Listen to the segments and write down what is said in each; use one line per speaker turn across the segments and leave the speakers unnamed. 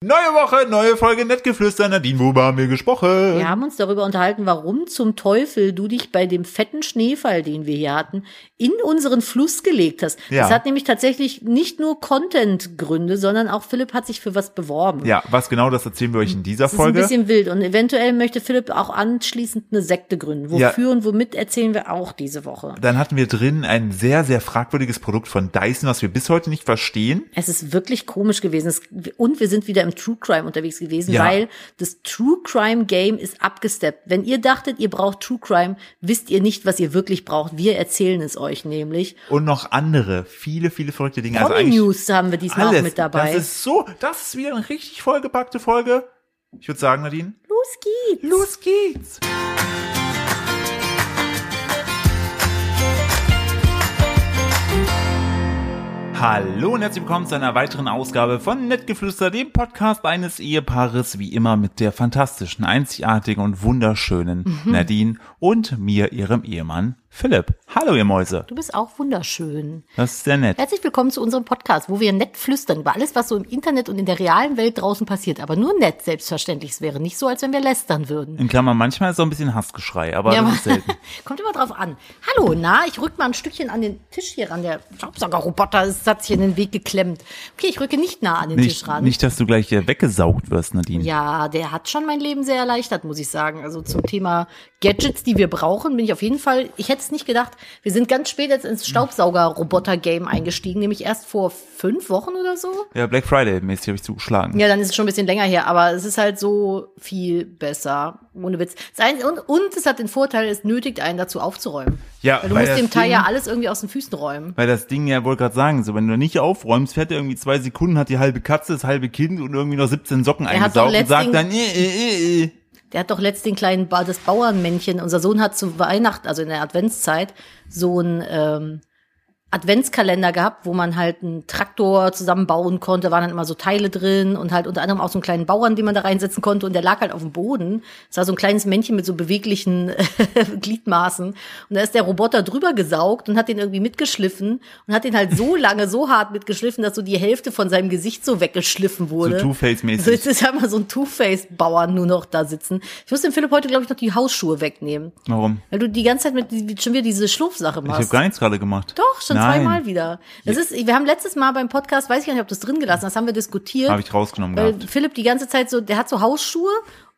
Neue Woche, neue Folge Nettgeflüster. Nadine, worüber haben wir gesprochen?
Wir haben uns darüber unterhalten, warum zum Teufel du dich bei dem fetten Schneefall, den wir hier hatten, in unseren Fluss gelegt hast.
Ja.
Das hat nämlich tatsächlich nicht nur Content-Gründe, sondern auch Philipp hat sich für was beworben.
Ja, was genau, das erzählen wir euch in dieser
Das ist ein
Folge.
bisschen wild und eventuell möchte Philipp auch anschließend eine Sekte gründen.
Ja.
Wofür und womit erzählen wir auch diese Woche.
Dann hatten wir drin ein sehr, sehr fragwürdiges Produkt von Dyson, was wir bis heute nicht verstehen.
Es ist wirklich komisch gewesen. Es, und wir sind wieder im True Crime unterwegs gewesen,
Ja.
weil das True Crime Game ist abgesteppt. Wenn ihr dachtet, ihr braucht True Crime, wisst ihr nicht, was ihr wirklich braucht. Wir erzählen es euch nämlich.
Und noch andere, viele, viele verrückte Dinge.
Promi
also eigentlich
News haben wir diesmal
alles.
auch mit dabei.
Das ist so, das ist wieder eine richtig vollgepackte Folge. Ich würde sagen, Nadine,
Los geht's.
los geht's. Hallo und herzlich willkommen zu einer weiteren Ausgabe von Nettgeflüster, dem Podcast eines Ehepaares, wie immer mit der fantastischen, einzigartigen und wunderschönen
Mhm.
Nadine und mir, ihrem Ehemann Philipp. Hallo, ihr Mäuse.
Du bist auch wunderschön.
Das ist sehr nett.
Herzlich willkommen zu unserem Podcast, wo wir nett flüstern über alles, was so im Internet und in der realen Welt draußen passiert. Aber nur nett, selbstverständlich. Es wäre nicht so, als wenn wir lästern würden.
In Klammern, manchmal ist so ein bisschen Hassgeschrei, aber das ist selten.
kommt immer drauf an. Hallo, na, ich rück mal ein Stückchen an den Tisch hier ran. Der Staubsaugerroboter ist- hat sich in den Weg geklemmt. Okay, ich rücke nicht nah an den
Nicht,
Tisch ran.
nicht, dass du gleich äh, weggesaugt wirst, Nadine.
Ja, der hat schon mein Leben sehr erleichtert, muss ich sagen. Also zum Thema Gadgets, die wir brauchen, bin ich auf jeden Fall, ich hätte es nicht gedacht, wir sind ganz spät jetzt ins Staubsauger-Roboter-Game eingestiegen, nämlich erst vor fünf Wochen oder so.
Ja, Black Friday-mäßig habe ich zugeschlagen.
Ja, dann ist es schon ein bisschen länger her, aber es ist halt so viel besser, ohne Witz. Das Einzige- Und, und es hat den Vorteil, es nötigt einen dazu aufzuräumen.
Ja,
weil du
weil
musst dem
das
Teil ja
Ding-
alles irgendwie aus den Füßen räumen.
Weil das Ding ja, wollte gerade sagen, so, wenn du nicht aufräumst, fährt er irgendwie zwei Sekunden, hat die halbe Katze, das halbe Kind und irgendwie noch 17 Socken
hat doch
eingesaugt und sagt
letztens-
dann, äh, äh, äh, äh.
Der hat doch letzt den kleinen ba das Bauernmännchen. Unser Sohn hat zu Weihnachten, also in der Adventszeit, so ein ähm, Adventskalender gehabt, wo man halt einen Traktor zusammenbauen konnte, waren dann immer so Teile drin und halt unter anderem auch so einen kleinen Bauern, den man da reinsetzen konnte und der lag halt auf dem Boden. Es war so ein kleines Männchen mit so beweglichen Gliedmaßen und da ist der Roboter drüber gesaugt und hat den irgendwie mitgeschliffen und hat den halt so lange, so hart mitgeschliffen, dass so die Hälfte von seinem Gesicht so weggeschliffen wurde. So,
Two-Face-mäßig.
jetzt ist einmal so ein Two-Face-Bauer nur noch da sitzen. Ich muss dem Philipp heute, glaube ich, noch die Hausschuhe wegnehmen.
Warum?
Weil du die ganze Zeit mit die- schon wieder diese Schlurfsache
Ich habe
machst.
gar nichts gerade gemacht.
Doch, schon
Nein,
zweimal wieder. Das ist, wir haben letztes Mal beim Podcast, weiß ich gar nicht, ob du es drin gelassen hast, haben wir diskutiert.
Habe ich rausgenommen
weil
gehabt.
Philipp die ganze Zeit so, der hat so Hausschuhe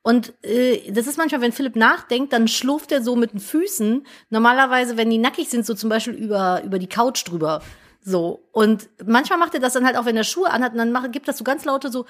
und äh, das ist manchmal, wenn Philipp nachdenkt, dann schlurft er so mit den Füßen. Normalerweise, wenn die nackig sind, so zum Beispiel über, über die Couch drüber. So. Und manchmal macht er das dann halt auch, wenn er Schuhe anhat und dann macht, gibt das so ganz laute so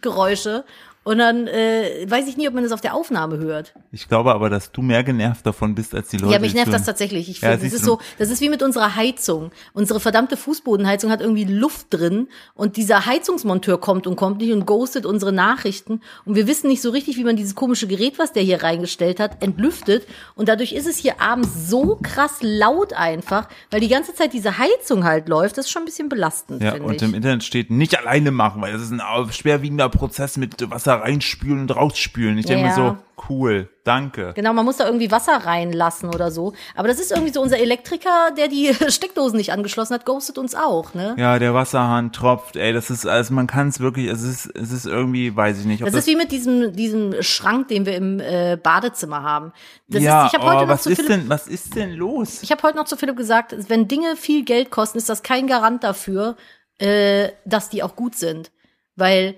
Geräusche. Und dann äh, weiß ich nie, ob man das auf der Aufnahme hört.
Ich glaube aber, dass du mehr genervt davon bist, als die Leute.
Ja, mich
die
nervt das
zuhören.
tatsächlich. Ich
Ja,
finde, das
siehst
ist
du.
so, das ist wie mit unserer Heizung. Unsere verdammte Fußbodenheizung hat irgendwie Luft drin und dieser Heizungsmonteur kommt und kommt nicht und ghostet unsere Nachrichten und wir wissen nicht so richtig, wie man dieses komische Gerät, was der hier reingestellt hat, entlüftet und dadurch ist es hier abends so krass laut einfach, weil die ganze Zeit diese Heizung halt läuft. Das ist schon ein bisschen belastend,
Ja,
finde
und
ich.
im Internet steht nicht alleine machen, weil das ist ein au- schwerwiegender Prozess mit Wasser reinspülen und rausspülen. Ich denke mir
Ja.
so, cool, danke.
Genau, man muss da irgendwie Wasser reinlassen oder so. Aber das ist irgendwie so unser Elektriker, der die Steckdosen nicht angeschlossen hat, ghostet uns auch, ne?
Ja, der Wasserhahn tropft, ey, das ist, also man kann es wirklich, es ist, es ist irgendwie, weiß ich nicht, ob
Das,
das,
ist wie mit diesem, diesem Schrank, den wir im äh, Badezimmer haben. Das
ja,
ist, ich habe
aber
heute, noch
was
zu
ist
Philipp-
denn, was ist denn los?
ich hab heute noch zu Philipp gesagt, wenn Dinge viel Geld kosten, ist das kein Garant dafür, äh, dass die auch gut sind. Weil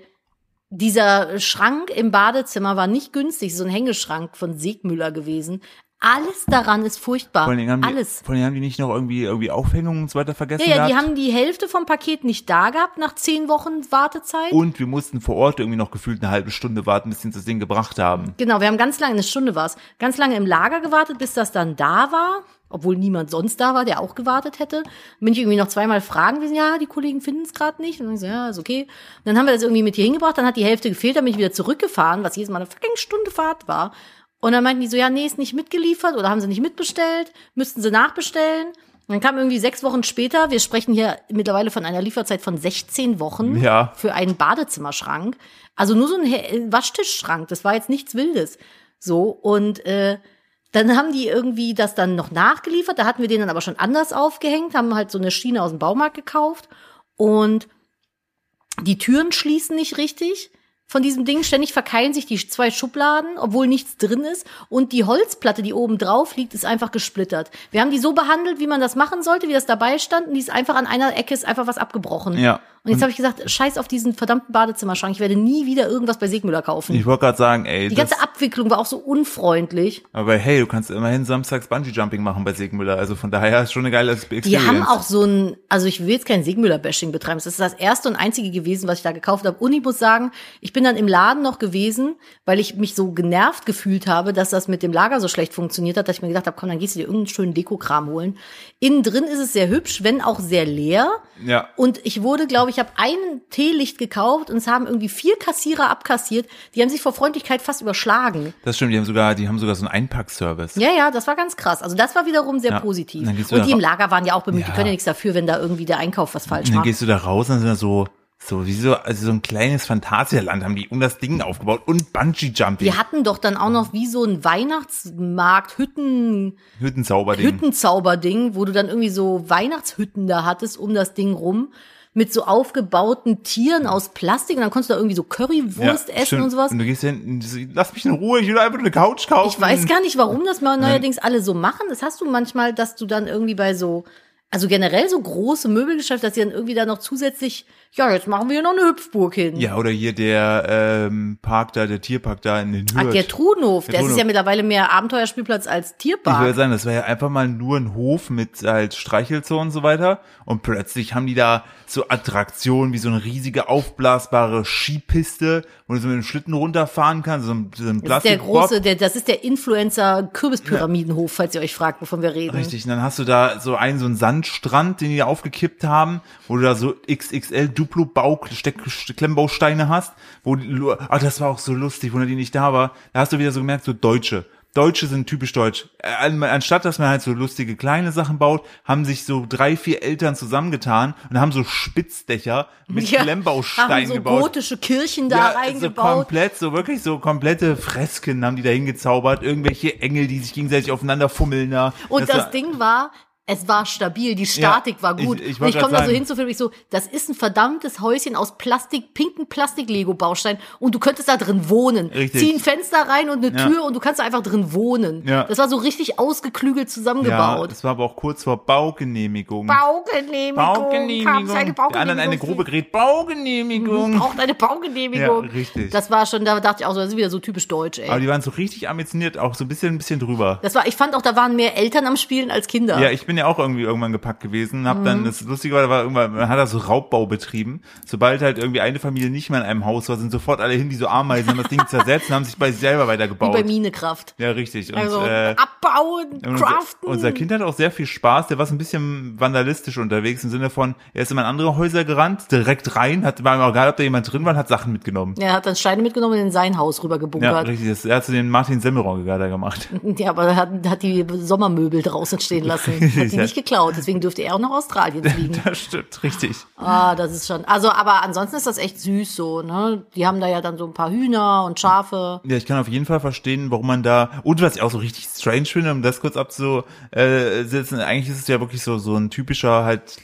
dieser Schrank im Badezimmer war nicht günstig, so ein Hängeschrank von Segmüller gewesen. Alles daran ist furchtbar.
Vor allen Dingen haben die,
Alles.
Vor allen Dingen haben die nicht noch irgendwie, irgendwie Aufhängungen und so weiter vergessen
Ja, ja, die
gehabt.
haben die Hälfte vom Paket nicht da gehabt nach zehn Wochen Wartezeit.
und wir mussten vor Ort irgendwie noch gefühlt eine halbe Stunde warten, bis sie uns das Ding gebracht haben.
Genau, wir haben ganz lange, eine Stunde war's, ganz lange im Lager gewartet, bis das dann da war. Obwohl niemand sonst da war, der auch gewartet hätte. Bin ich irgendwie noch zweimal fragen gewesen, ja, die Kollegen finden es gerade nicht. Und dann ich so, ja, ist okay. Und dann haben wir das irgendwie mit hier hingebracht, dann hat die Hälfte gefehlt, dann bin ich wieder zurückgefahren, was jedes Mal eine fucking Stunde Fahrt war. Und dann meinten die so, ja, nee, ist nicht mitgeliefert oder haben sie nicht mitbestellt, müssten sie nachbestellen. Und dann kam irgendwie sechs Wochen später, wir sprechen hier mittlerweile von einer Lieferzeit von 16 Wochen
Ja.
für einen Badezimmerschrank. Also nur so ein He- äh, Waschtischschrank, das war jetzt nichts Wildes. So, und äh, dann haben die irgendwie das dann noch nachgeliefert, da hatten wir den dann aber schon anders aufgehängt, haben halt so eine Schiene aus dem Baumarkt gekauft und Die Türen schließen nicht richtig von diesem Ding. Ständig verkeilen sich die zwei Schubladen, obwohl nichts drin ist. Und die Holzplatte, die oben drauf liegt, ist einfach gesplittert. Wir haben die so behandelt, wie man das machen sollte, wie das dabei stand. Und die ist einfach an einer Ecke ist einfach was abgebrochen.
Ja.
Und jetzt habe ich gesagt, scheiß auf diesen verdammten Badezimmerschrank. Ich werde nie wieder irgendwas bei Segmüller kaufen.
Ich wollte gerade sagen, ey,
die
das,
ganze Abwicklung war auch so unfreundlich.
aber hey, du kannst immerhin samstags Bungee-Jumping machen bei Segmüller. Also von daher ist schon eine geile Experience.
Die haben auch so ein, also ich will jetzt kein Sigmüller-Bashing betreiben. Das ist das erste und einzige gewesen, was ich da gekauft habe. Und ich muss sagen, ich bin dann im Laden noch gewesen, weil ich mich so genervt gefühlt habe, dass das mit dem Lager so schlecht funktioniert hat, dass ich mir gedacht habe, komm, dann gehst du dir irgendeinen schönen Dekokram holen. Innen drin ist es sehr hübsch, wenn auch sehr leer.
Ja.
Und ich wurde, glaube ich, habe ein Teelicht gekauft und es haben irgendwie vier Kassierer abkassiert. Die haben sich vor Freundlichkeit fast überschlagen.
Das stimmt, die haben sogar, die haben sogar so einen Einpackservice.
Ja, ja, das war ganz krass. Also das war wiederum sehr
Ja,
positiv.
dann gehst du
Und
da
die im
ra-
Lager waren ja auch bemüht, die
Ja.
können ja nichts dafür, wenn da irgendwie der Einkauf was falsch
Und dann
macht.
gehst du da raus und dann sind da so, so wie so, also so ein kleines Phantasialand haben die um das Ding aufgebaut und Bungee-Jumping.
Wir hatten doch dann auch noch wie so ein Weihnachtsmarkt, Hütten,
Mhm. Hüttenzauber-Ding.
Hüttenzauberding, wo du dann irgendwie so Weihnachtshütten da hattest um das Ding rum mit so aufgebauten Tieren aus Plastik und dann konntest du da irgendwie so Currywurst essen
stimmt.
und sowas.
Und du gehst hin, lass mich in Ruhe, ich will einfach nur eine Couch kaufen.
Ich weiß gar nicht, warum das mal neuerdings alle so machen. Das hast du manchmal, dass du dann irgendwie bei so, also generell so große Möbelgeschäfte, dass die dann irgendwie da noch zusätzlich, ja, jetzt machen wir hier noch eine Hüpfburg hin.
Ja, oder hier der ähm, Park da, der Tierpark da in den
Ach,
Hürth.
der Trudenhof, der,
Der
ist
Trudenhof.
ja mittlerweile mehr Abenteuerspielplatz
Ich
als
würde
Tierpark.
sagen, das war ja einfach mal nur ein Hof mit halt Streichelzoo und so weiter. Und plötzlich haben die da so Attraktionen wie so eine riesige aufblasbare Skipiste, wo du so mit dem Schlitten runterfahren kannst, so ein, so ein
Das ist der
Plastikbob.
große, der, das ist der Influencer Kürbispyramidenhof, falls ihr euch fragt, wovon wir reden.
Richtig, und dann hast du da so einen, so einen Sandstrand, den die da aufgekippt haben, wo du da so XXL Duplo Bau, Steck, Klemmbausteine hast, wo, die Lu- ah, das war auch so lustig, wo die nicht da war, da hast du wieder so gemerkt, so Deutsche. Deutsche sind typisch deutsch. Äh, an- Anstatt, dass man halt so lustige kleine Sachen baut, haben sich so drei, vier Eltern zusammengetan und haben so Spitzdächer mit
Ja,
Klemmbausteinen
haben so
gebaut.
gotische Kirchen da
So
reingebaut.
komplett, so wirklich so komplette Fresken haben die da hingezaubert. Irgendwelche Engel, die sich gegenseitig aufeinander fummeln da.
Und das,
war-
Ding war, es war stabil, die Statik
Ja,
war gut.
ich- ich
und
wollt
ich komme
grad
da so
sagen.
hin zu Philipp, ich so, das ist ein verdammtes Häuschen aus Plastik, pinken Plastik-Lego-Baustein und du könntest da drin wohnen.
Richtig.
Zieh ein Fenster rein und eine
Ja.
Tür und du kannst da einfach drin wohnen.
Ja.
Das war so richtig ausgeklügelt
Ja,
zusammengebaut.
es war aber auch kurz vor Baugenehmigung.
Baugenehmigung. Haben Sie eine Baugenehmigung.
Der anderen eine Grube gerät. Baugenehmigung.
Braucht eine Baugenehmigung.
Ja, Ah. richtig.
Das war schon, da dachte ich auch so, das ist wieder so typisch deutsch,
Aber
ey.
die waren so richtig ambitioniert, auch so ein bisschen, ein bisschen drüber.
Das war, ich fand auch, da waren mehr Eltern am Spielen als Kinder.
Ja, ich bin ja auch irgendwie irgendwann gepackt gewesen, hab
Mhm.
dann, das Lustige war, da war irgendwann, man hat da so Raubbau betrieben. Sobald halt irgendwie eine Familie nicht mehr in einem Haus war, sind sofort alle hin, die so Ameisen, haben das Ding zersetzt und haben sich bei sich selber
Wie bei
weitergebaut.
Minekraft.
Ja, richtig. Und,
Also
äh,
abbauen,
Und
craften.
Unser, unser Kind hat auch sehr viel Spaß. Der war so ein bisschen vandalistisch unterwegs im Sinne von, er ist immer in andere Häuser gerannt, direkt rein, hat, war ihm egal, ob da jemand drin war, und hat Sachen mitgenommen.
er hat dann Steine mitgenommen und in sein Haus
Ja,
rübergebunkert.
richtig. Das, er hat so den Martin Semmelronger da gemacht.
Ja, aber er hat, hat die Sommermöbel draußen stehen lassen. Hat die
Ja.
nicht geklaut. Deswegen dürfte er auch nach Australien fliegen.
Das stimmt, richtig.
Ah, das ist schon. Also, aber ansonsten ist das echt süß so, ne? Die haben da ja dann so ein paar Hühner und Schafe.
Ja, ich kann auf jeden Fall verstehen, warum man da, und was ich auch so richtig strange finde, um das kurz abzusetzen, eigentlich ist es ja wirklich so, so ein typischer halt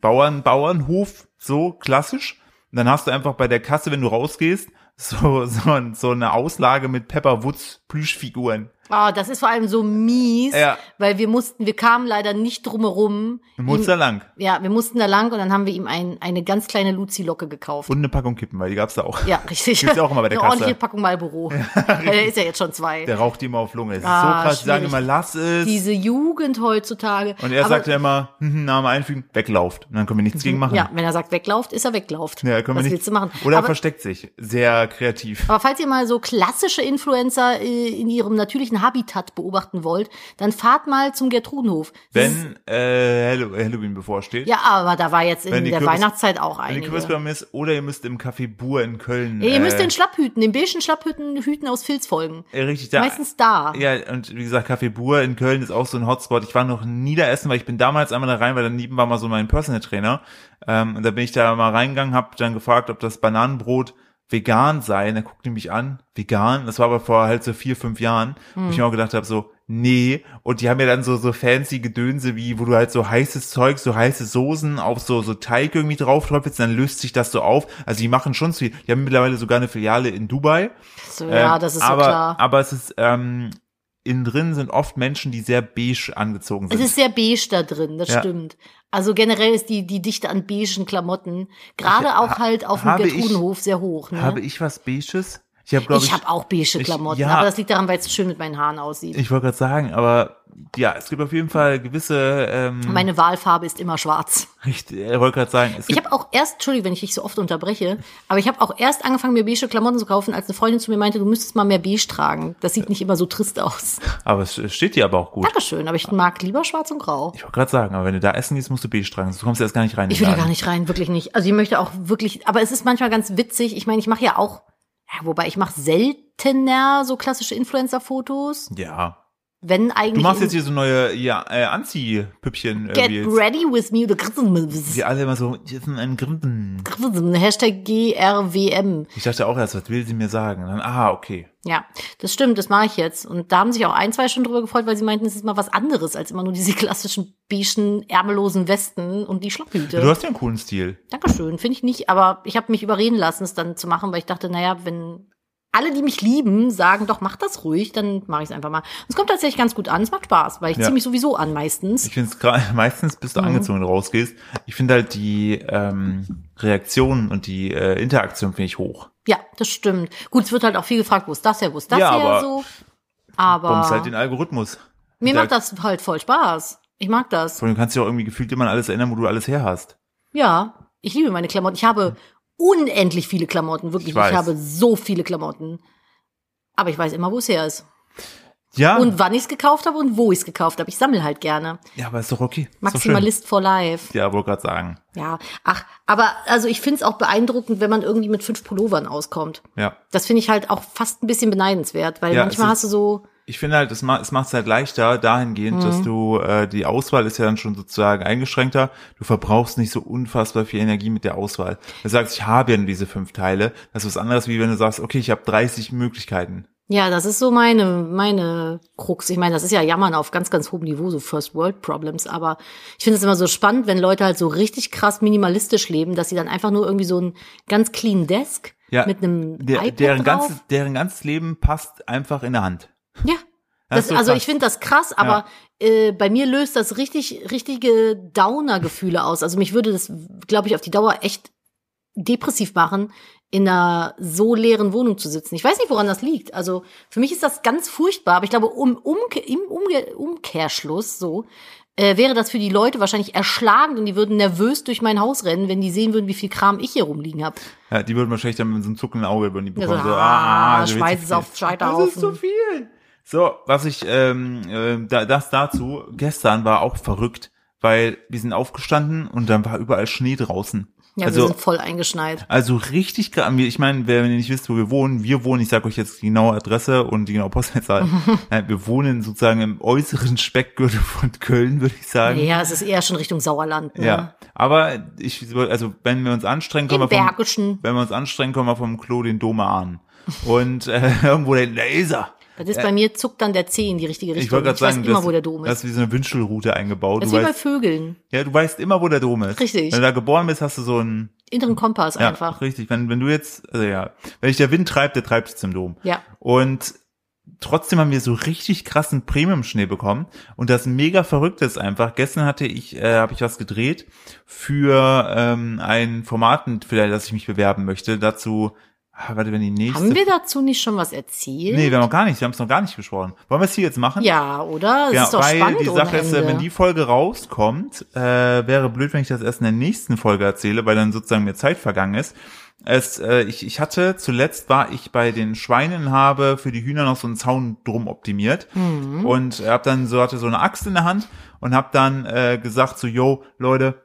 Bauern, Bauernhof, so klassisch. Und dann hast du einfach bei der Kasse, wenn du rausgehst, so, so, ein- so eine Auslage mit Pepper Woods Plüschfiguren.
Ah, das ist vor allem so mies,
Ja.
weil wir mussten, wir kamen leider nicht drumherum.
Du musst da lang.
Ja, wir mussten da lang und dann haben wir ihm ein, eine ganz kleine Luzi-Locke gekauft.
Und eine Packung Kippen, weil die gab's da auch.
ja, richtig.
Gibt's ja auch immer bei der
Eine
Kasse.
ordentliche Packung Marlboro. Weil der ist ja jetzt schon zwei.
Der raucht die immer auf Lunge. Das ist
Ah,
so krass, die sagen
schwierig.
immer, lass es.
diese Jugend heutzutage.
und er
Aber- Mhm.
sagt ja immer, hm, Name einfügen, weglauft. Und dann können wir nichts gegen machen.
Ja, wenn er sagt, weglauft, ist er weglauft.
Ja, können wir
Was
nicht.
willst du machen?
Oder er
aber,
versteckt sich. Sehr kreativ.
aber falls ihr mal so klassische Influencer äh, in ihrem natürlichen Habitat beobachten wollt, dann fahrt mal zum Gertrudenhof. Das ist-
Wenn äh, Hallo- Halloween bevorsteht.
Ja, aber da war jetzt in
Wenn die
der
Kürbis-
Weihnachtszeit auch
Wenn die
einige.
Kürbisbäume ist, oder ihr müsst im Café Bur in Köln.
Ja, ihr müsst
äh,
den Schlapphüten, den beigen Schlapphüten Hüten aus Filz folgen.
äh, richtig da.
meistens da.
Ja, und wie gesagt, Café Bur in Köln ist auch so ein Hotspot. Ich war noch nie da essen, weil ich bin damals einmal da rein, weil daneben war mal so mein Personal Trainer. Ähm, und da bin ich da mal reingegangen, hab dann gefragt, ob das Bananenbrot vegan sei. Und er guckte mich an, vegan. Das war aber vor halt so vier, fünf Jahren, wo ich mir auch gedacht habe, so, nee. Und die haben ja dann so, so fancy Gedönse wie, wo du halt so heißes Zeug, so heiße Soßen auf so, so Teig irgendwie drauf träufelst, dann löst sich das so auf. Also die machen schon viel. Die haben mittlerweile sogar eine Filiale in Dubai.
So, ja,
Ähm,
das ist
aber,
so klar.
Aber es ist, ähm, innen drin sind oft Menschen, die sehr beige angezogen
Es
sind.
ist sehr beige da drin, das
Ja.
stimmt. Also generell ist die, die Dichte an beigen Klamotten, gerade auch halt auf dem
habe ich-
Gertrudenhof sehr hoch. Ne?
Habe ich was Beiges? Ich habe, glaube
ich
ich,
habe auch beige
ich-
Klamotten,
ja.
aber das liegt daran, weil es schön mit meinen Haaren aussieht.
ich wollte gerade sagen, aber ja, es gibt auf jeden Fall gewisse, ähm,
Meine Wahlfarbe ist immer schwarz.
ich äh, wollte gerade sagen, es
Ich
gibt,
habe auch erst, Entschuldigung, wenn ich dich so oft unterbreche, aber ich habe auch erst angefangen, mir beige Klamotten zu kaufen, als eine Freundin zu mir meinte, du müsstest mal mehr beige tragen. Das sieht nicht immer so trist aus.
aber es steht dir aber auch gut.
Dankeschön, aber ich mag lieber schwarz und grau.
Ich wollte gerade sagen, aber wenn du da essen gehst, musst du beige tragen, sonst kommst du erst gar nicht rein. in
Ich
den
will da
Laden.
gar nicht rein, wirklich nicht. Also ich möchte auch wirklich, aber es ist manchmal ganz witzig. Ich meine, ich mache ja auch, ja, wobei ich mache seltener so klassische Influencer-Fotos,
Ja.
wenn
Du
eigentlich.
machst jetzt
in-
hier so neue ja, äh, Anziehpüppchen
Get
irgendwie. jetzt.
ready with me oder Christmas.
Wir alle immer so, die sind ein Grimpen.
Christmas. Hashtag GRWM.
Ich dachte auch erst, was will sie mir sagen? Und dann, ah, okay.
Ja, das stimmt, das mache ich jetzt. Und da haben sich auch ein, zwei schon drüber gefreut, weil sie meinten, es ist mal was anderes als immer nur diese klassischen beigen, ärmellosen Westen und die Schlapphüte.
Du hast ja einen coolen Stil.
Dankeschön, finde ich nicht, aber ich habe mich überreden lassen, es dann zu machen, weil ich dachte, naja, wenn alle, die mich lieben, sagen, doch, mach das ruhig, dann mache ich es einfach mal. Und es kommt tatsächlich ganz gut an, es macht Spaß, weil ich
Ja.
ziehe mich sowieso an meistens.
Ich finde es gerade, meistens bist du
Mhm.
angezogen, wenn du rausgehst. Ich finde halt die ähm, Reaktion und die äh, Interaktion finde ich hoch.
Ja, das stimmt. Gut, es wird halt auch viel gefragt, wo ist das her, wo ist das
Ja,
her,
aber-
so.
Bombst
Aber
halt den Algorithmus.
mir
Der-
macht das halt voll Spaß. Ich mag das.
Vor allem kannst du ja auch irgendwie gefühlt immer an alles erinnern, wo du alles her hast.
Ja, ich liebe meine Klamotten. Ich habe unendlich viele Klamotten, wirklich.
Ich
Ich,
weiß.
habe so viele Klamotten. Aber ich weiß immer, wo es her ist.
Ja,
Und wann ich es gekauft habe und wo ich es gekauft habe. Ich sammle halt gerne.
ja, aber Ah. ist doch okay. Ist doch schön.
Maximalist for life.
Ja, wollte gerade sagen.
Ja, ach, aber also ich find's auch beeindruckend, wenn man irgendwie mit fünf Pullovern auskommt.
Ja.
Das finde ich halt auch fast ein bisschen beneidenswert, weil
Ja,
manchmal
es
hast du so,
Ich finde halt, es macht es macht's halt leichter dahingehend, dass
Mhm.
du, äh, die Auswahl ist ja dann schon sozusagen eingeschränkter. Du verbrauchst nicht so unfassbar viel Energie mit der Auswahl. Du sagst, ich habe ja nur diese fünf Teile. Das ist was anderes, wie wenn du sagst, okay, ich habe 30 Möglichkeiten.
ja, das ist so meine, meine Krux. Ich meine, das ist ja Jammern auf ganz, ganz hohem Niveau, so First World Problems, aber ich finde es immer so spannend, wenn Leute halt so richtig krass minimalistisch leben, dass sie dann einfach nur irgendwie so ein ganz clean Desk
Ja,
mit einem
Der,
iPad
deren,
drauf.
ganzes, deren ganzes Leben passt einfach in der Hand.
Ja.
Das
Das,
ist so
also
krass.
ich finde das krass, aber äh, bei mir löst das richtig, richtige Downer-Gefühle aus. Also mich würde das, glaube ich, auf die Dauer echt depressiv machen, in einer so leeren Wohnung zu sitzen. Ich weiß nicht, woran das liegt. Also für mich ist das ganz furchtbar, aber ich glaube, um, umke im Umge Umkehrschluss so äh, wäre das für die Leute wahrscheinlich erschlagend und die würden nervös durch mein Haus rennen, wenn die sehen würden, wie viel Kram ich hier rumliegen habe.
Ja, die würden wahrscheinlich dann mit so einem zuckenden Auge über die
Ja,
bekommen.
so,
so,
ah,
du willst
schmeiß
zu
es
viel.
auf den Scheiterhaufen.
Das ist zu viel. So, was ich, ähm, ähm, da, das dazu, gestern war auch verrückt, weil wir sind aufgestanden und dann war überall Schnee draußen.
Ja, wir
also,
sind voll eingeschneit.
also richtig, ge- ich meine, wer- wenn ihr nicht wisst, wo wir wohnen, wir wohnen, ich sage euch jetzt die genaue Adresse und die genaue Postleitzahl. Nein, wir wohnen sozusagen im äußeren Speckgürtel von Köln, würde ich sagen.
Ja, es ist eher schon Richtung Sauerland. Ne?
Ja, aber ich, also wenn wir uns anstrengen, kommen
Im
wir vom,
Bergischen.
wenn wir uns anstrengen, kommen wir vom Klo den Dome an. Und äh, irgendwo da hinten, da ist er.
Das ist bei mir zuckt dann der Zeh in die richtige Richtung.
Ich wollte gerade
weiß
sagen,
immer,
das,
wo der Dom
das
ist.
ist wie so eine Wünschelroute eingebaut.
Das
Du
ist wie bei
weißt,
Vögeln.
ja, du weißt immer, wo der Dom ist.
Richtig.
Wenn du da geboren bist, hast du so einen
Inneren Kompass
ja,
einfach.
Richtig. Wenn, wenn du jetzt, also ja, wenn dich der Wind treibt, der treibt dich zum Dom.
Ja.
Und trotzdem haben wir so richtig krassen Premium-Schnee bekommen. Und das mega Verrückte ist einfach, gestern hatte ich, äh, habe ich was gedreht für ähm, ein Format, für das ich mich bewerben möchte. Dazu, ah, warte, wenn die nächste.
Haben wir dazu nicht schon was erzählt?
Nee, wir haben noch gar nicht, wir haben es noch gar nicht besprochen. Wollen wir es hier jetzt machen?
Ja, oder? Das ist doch
weil
spannend
die Sache
ohne
ist, äh,
Ende.
wenn die Folge rauskommt, äh, wäre blöd, wenn ich das erst in der nächsten Folge erzähle, weil dann sozusagen mir Zeit vergangen ist. Es, äh, ich, ich hatte zuletzt war ich bei den Schweinen habe für die Hühner noch so einen Zaun drum optimiert
Mhm.
und habe dann so hatte so eine Axt in der Hand und habe dann äh, gesagt so yo Leute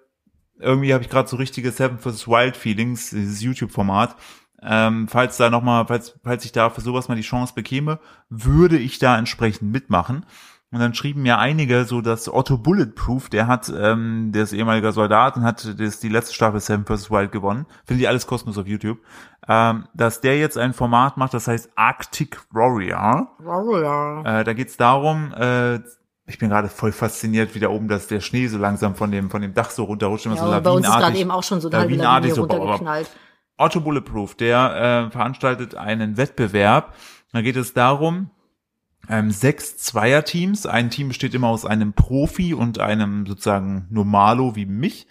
irgendwie habe ich gerade so richtige Seven vs Wild Feelings, dieses YouTube-Format. Ähm, falls da noch mal, falls, falls ich da für sowas mal die Chance bekäme, würde ich da entsprechend mitmachen. Und dann schrieben mir einige so, dass Otto Bulletproof, der hat, ähm, der ist ehemaliger Soldat und hat das, die letzte Staffel Seven vs. Wild gewonnen. Findet ihr alles kostenlos auf YouTube. Ähm, dass der jetzt ein Format macht, das heißt Arctic Warrior.
Warrior.
Äh, da geht's darum, äh, ich bin gerade voll fasziniert, wie da oben, dass der Schnee so langsam von dem, von dem Dach so runterrutscht. Immer
Ja,
so
aber bei uns ist gerade
lawinenartig.
eben auch schon so eine halbe
lawinenartig
Lawine
so-
runtergeknallt.
Otto Bulletproof, der äh, veranstaltet einen Wettbewerb. Da geht es darum, ähm, sechs Zweierteams. Ein Team besteht immer aus einem Profi und einem sozusagen Normalo wie mich.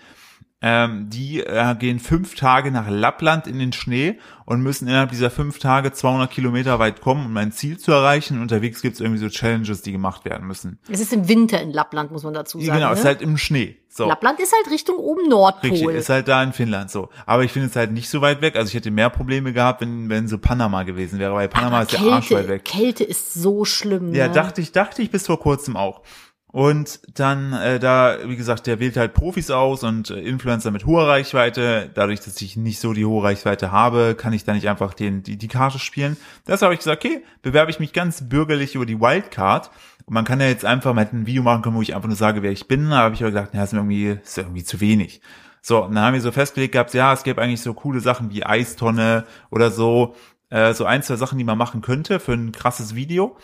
Ähm, die äh, gehen fünf Tage nach Lappland in den Schnee und müssen innerhalb dieser fünf Tage 200 Kilometer weit kommen, um ein Ziel zu erreichen. Und unterwegs gibt es irgendwie so Challenges, die gemacht werden müssen.
Es ist im Winter in Lappland, muss man dazu sagen.
genau,
ne?
ist halt im Schnee. So.
Lappland ist halt Richtung oben Nordpol.
Richtig, ist halt da in Finnland so. Aber ich finde es halt nicht so weit weg. Also ich hätte mehr Probleme gehabt, wenn, wenn so Panama gewesen wäre, weil Panama
Aber
ist ja arschweit
Kälte,
weg.
Kälte ist so schlimm.
Ja,
ne?
dachte ich, dachte ich bis vor kurzem auch. Und dann äh, da, wie gesagt, der wählt halt Profis aus und äh, Influencer mit hoher Reichweite. Dadurch, dass ich nicht so die hohe Reichweite habe, kann ich da nicht einfach den, die, die Karte spielen. Das habe ich gesagt, okay, bewerbe ich mich ganz bürgerlich über die Wildcard. Und man kann ja jetzt einfach mal ein Video machen können, wo ich einfach nur sage, wer ich bin. Da habe ich aber gedacht, na, ist mir irgendwie, ist ja irgendwie zu wenig. So, und dann haben wir so festgelegt gehabt, ja, es gäbe eigentlich so coole Sachen wie Eistonne oder so, äh, so ein, zwei Sachen, die man machen könnte für ein krasses Video.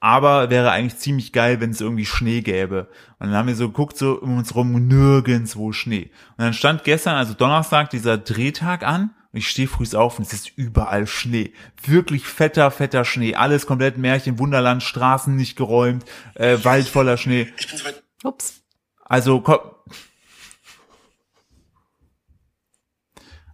Aber wäre eigentlich ziemlich geil, wenn es irgendwie Schnee gäbe. Und dann haben wir so geguckt, so um uns rum, nirgendwo Schnee. Und dann stand gestern, also Donnerstag, dieser Drehtag an. Und ich stehe früh auf und es ist überall Schnee. Wirklich fetter, fetter Schnee. Alles komplett Märchen, Wunderland, Straßen nicht geräumt, äh, Wald voller Schnee.
Ich bin soweit.
Ups.
Also komm.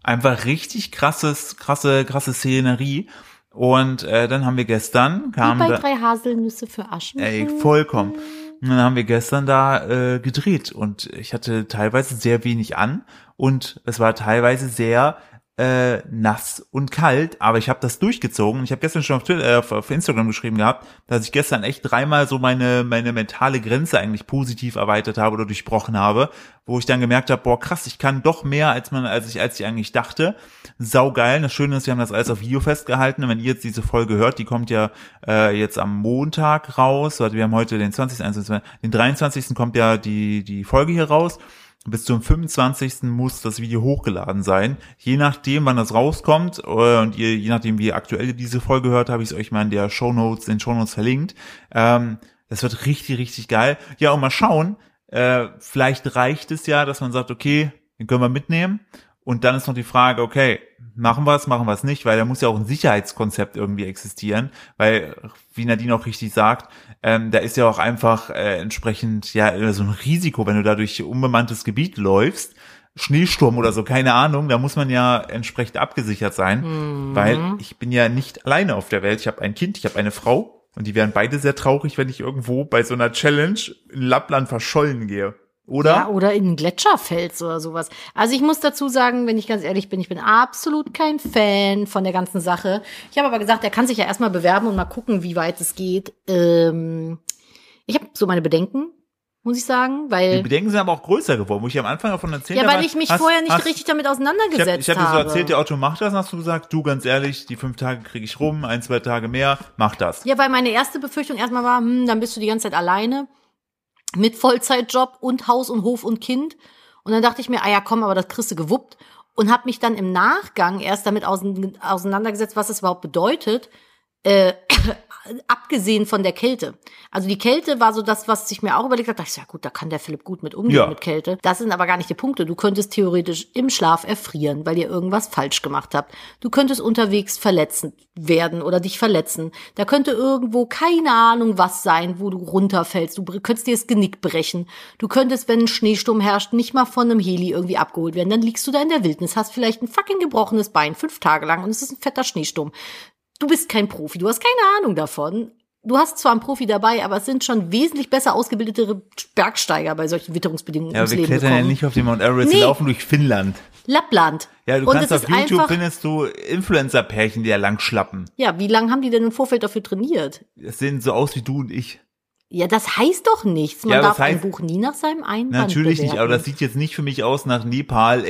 Einfach richtig krasses, krasse, krasse Szenerie. Und äh, dann haben wir gestern
Wie
kam
bei
da,
drei Haselnüsse für Aschen.
ey, vollkommen. Und dann haben wir gestern da äh, gedreht und ich hatte teilweise sehr wenig an und es war teilweise sehr äh, nass und kalt, aber ich habe das durchgezogen. Ich habe gestern schon auf, Twitter, äh, auf, auf Instagram geschrieben gehabt, dass ich gestern echt dreimal so meine meine mentale Grenze eigentlich positiv erweitert habe oder durchbrochen habe, wo ich dann gemerkt habe, boah krass, ich kann doch mehr als man als ich als ich eigentlich dachte. Saugeil. Das Schöne ist, wir haben das alles auf Video festgehalten. Und wenn ihr jetzt diese Folge hört, die kommt ja äh, jetzt am Montag raus. Warte, wir haben heute den 20. 21., den 23. kommt ja die die Folge hier raus. Bis zum 25. muss das Video hochgeladen sein. Je nachdem, wann das rauskommt äh, und ihr, je nachdem, wie ihr aktuell diese Folge hört, habe ich es euch mal in der Show Notes, in den Show Notes verlinkt. Ähm, das wird richtig, richtig geil. Ja, und mal schauen. Äh, vielleicht reicht es ja, dass man sagt, okay, den können wir mitnehmen. Und dann ist noch die Frage, okay, machen wir es, machen wir es nicht, weil da muss ja auch ein Sicherheitskonzept irgendwie existieren, weil, wie Nadine auch richtig sagt, ähm, da ist ja auch einfach äh, entsprechend ja so ein Risiko, wenn du da durch unbemanntes Gebiet läufst, Schneesturm oder so, keine Ahnung, da muss man ja entsprechend abgesichert sein,
Mhm.
weil ich bin ja nicht alleine auf der Welt, ich habe ein Kind, ich habe eine Frau und die wären beide sehr traurig, wenn ich irgendwo bei so einer Challenge in Lappland verschollen gehe, oder?
Ja, oder in einen Gletscher fällst oder sowas. Also ich muss dazu sagen, wenn ich ganz ehrlich bin, ich bin absolut kein Fan von der ganzen Sache. Ich habe aber gesagt, er kann sich ja erstmal bewerben und mal gucken, wie weit es geht. Ähm, ich habe so meine Bedenken, muss ich sagen,
Die
weil
Bedenken sind aber auch größer geworden, wo ich am Anfang davon erzählt
ja,
habe.
weil ich mich
hast-
vorher nicht
hast-
richtig damit
Ich habe
auseinandergesetzt
ich hab dir so
habe.
erzählt, der Otto macht das, und hast du gesagt, du ganz ehrlich, die fünf Tage kriege ich rum, ein, zwei Tage mehr, mach das.
Ja, weil meine erste Befürchtung erstmal war, hm, dann bist du die ganze Zeit alleine mit Vollzeitjob und Haus und Hof und Kind. Und dann dachte ich mir, ah ja, komm, aber das kriegst du gewuppt. Und habe mich dann im Nachgang erst damit ausein- auseinandergesetzt, was es überhaupt bedeutet, äh, abgesehen von der Kälte. Also die Kälte war so das, was ich mir auch überlegt habe. Da dachte ich, so, ja gut, da kann der Philipp gut mit umgehen
Ja.
mit Kälte. Das sind aber gar nicht die Punkte. Du könntest theoretisch im Schlaf erfrieren, weil ihr irgendwas falsch gemacht habt. Du könntest unterwegs verletzend werden oder dich verletzen. Da könnte irgendwo keine Ahnung was sein, wo du runterfällst. Du br- könntest dir das Genick brechen. Du könntest, wenn ein Schneesturm herrscht, nicht mal von einem Heli irgendwie abgeholt werden. Dann liegst du da in der Wildnis, hast vielleicht ein fucking gebrochenes Bein fünf Tage lang und es ist ein fetter Schneesturm du bist kein Profi, du hast keine Ahnung davon. Du hast zwar einen Profi dabei, aber es sind schon wesentlich besser ausgebildetere Bergsteiger bei solchen Witterungsbedingungen
Ja, aber
ums
wir
Leben
klettern ja
gekommen.
nicht auf den Mount Everest,
Nee.
wir laufen durch Finnland.
Lappland.
Ja, du
Und
kannst
es
auf
ist
YouTube
einfach,
findest du Influencer-Pärchen, die da lang schlappen.
ja, wie lange haben die denn im Vorfeld dafür trainiert?
Das sehen so aus wie du und ich.
Ja, das heißt doch nichts. Man
Ja, das
darf ein
heißt-
Buch nie nach seinem Einwand
Natürlich nicht, aber
bewerten.
das sieht jetzt nicht für mich aus nach Nepal,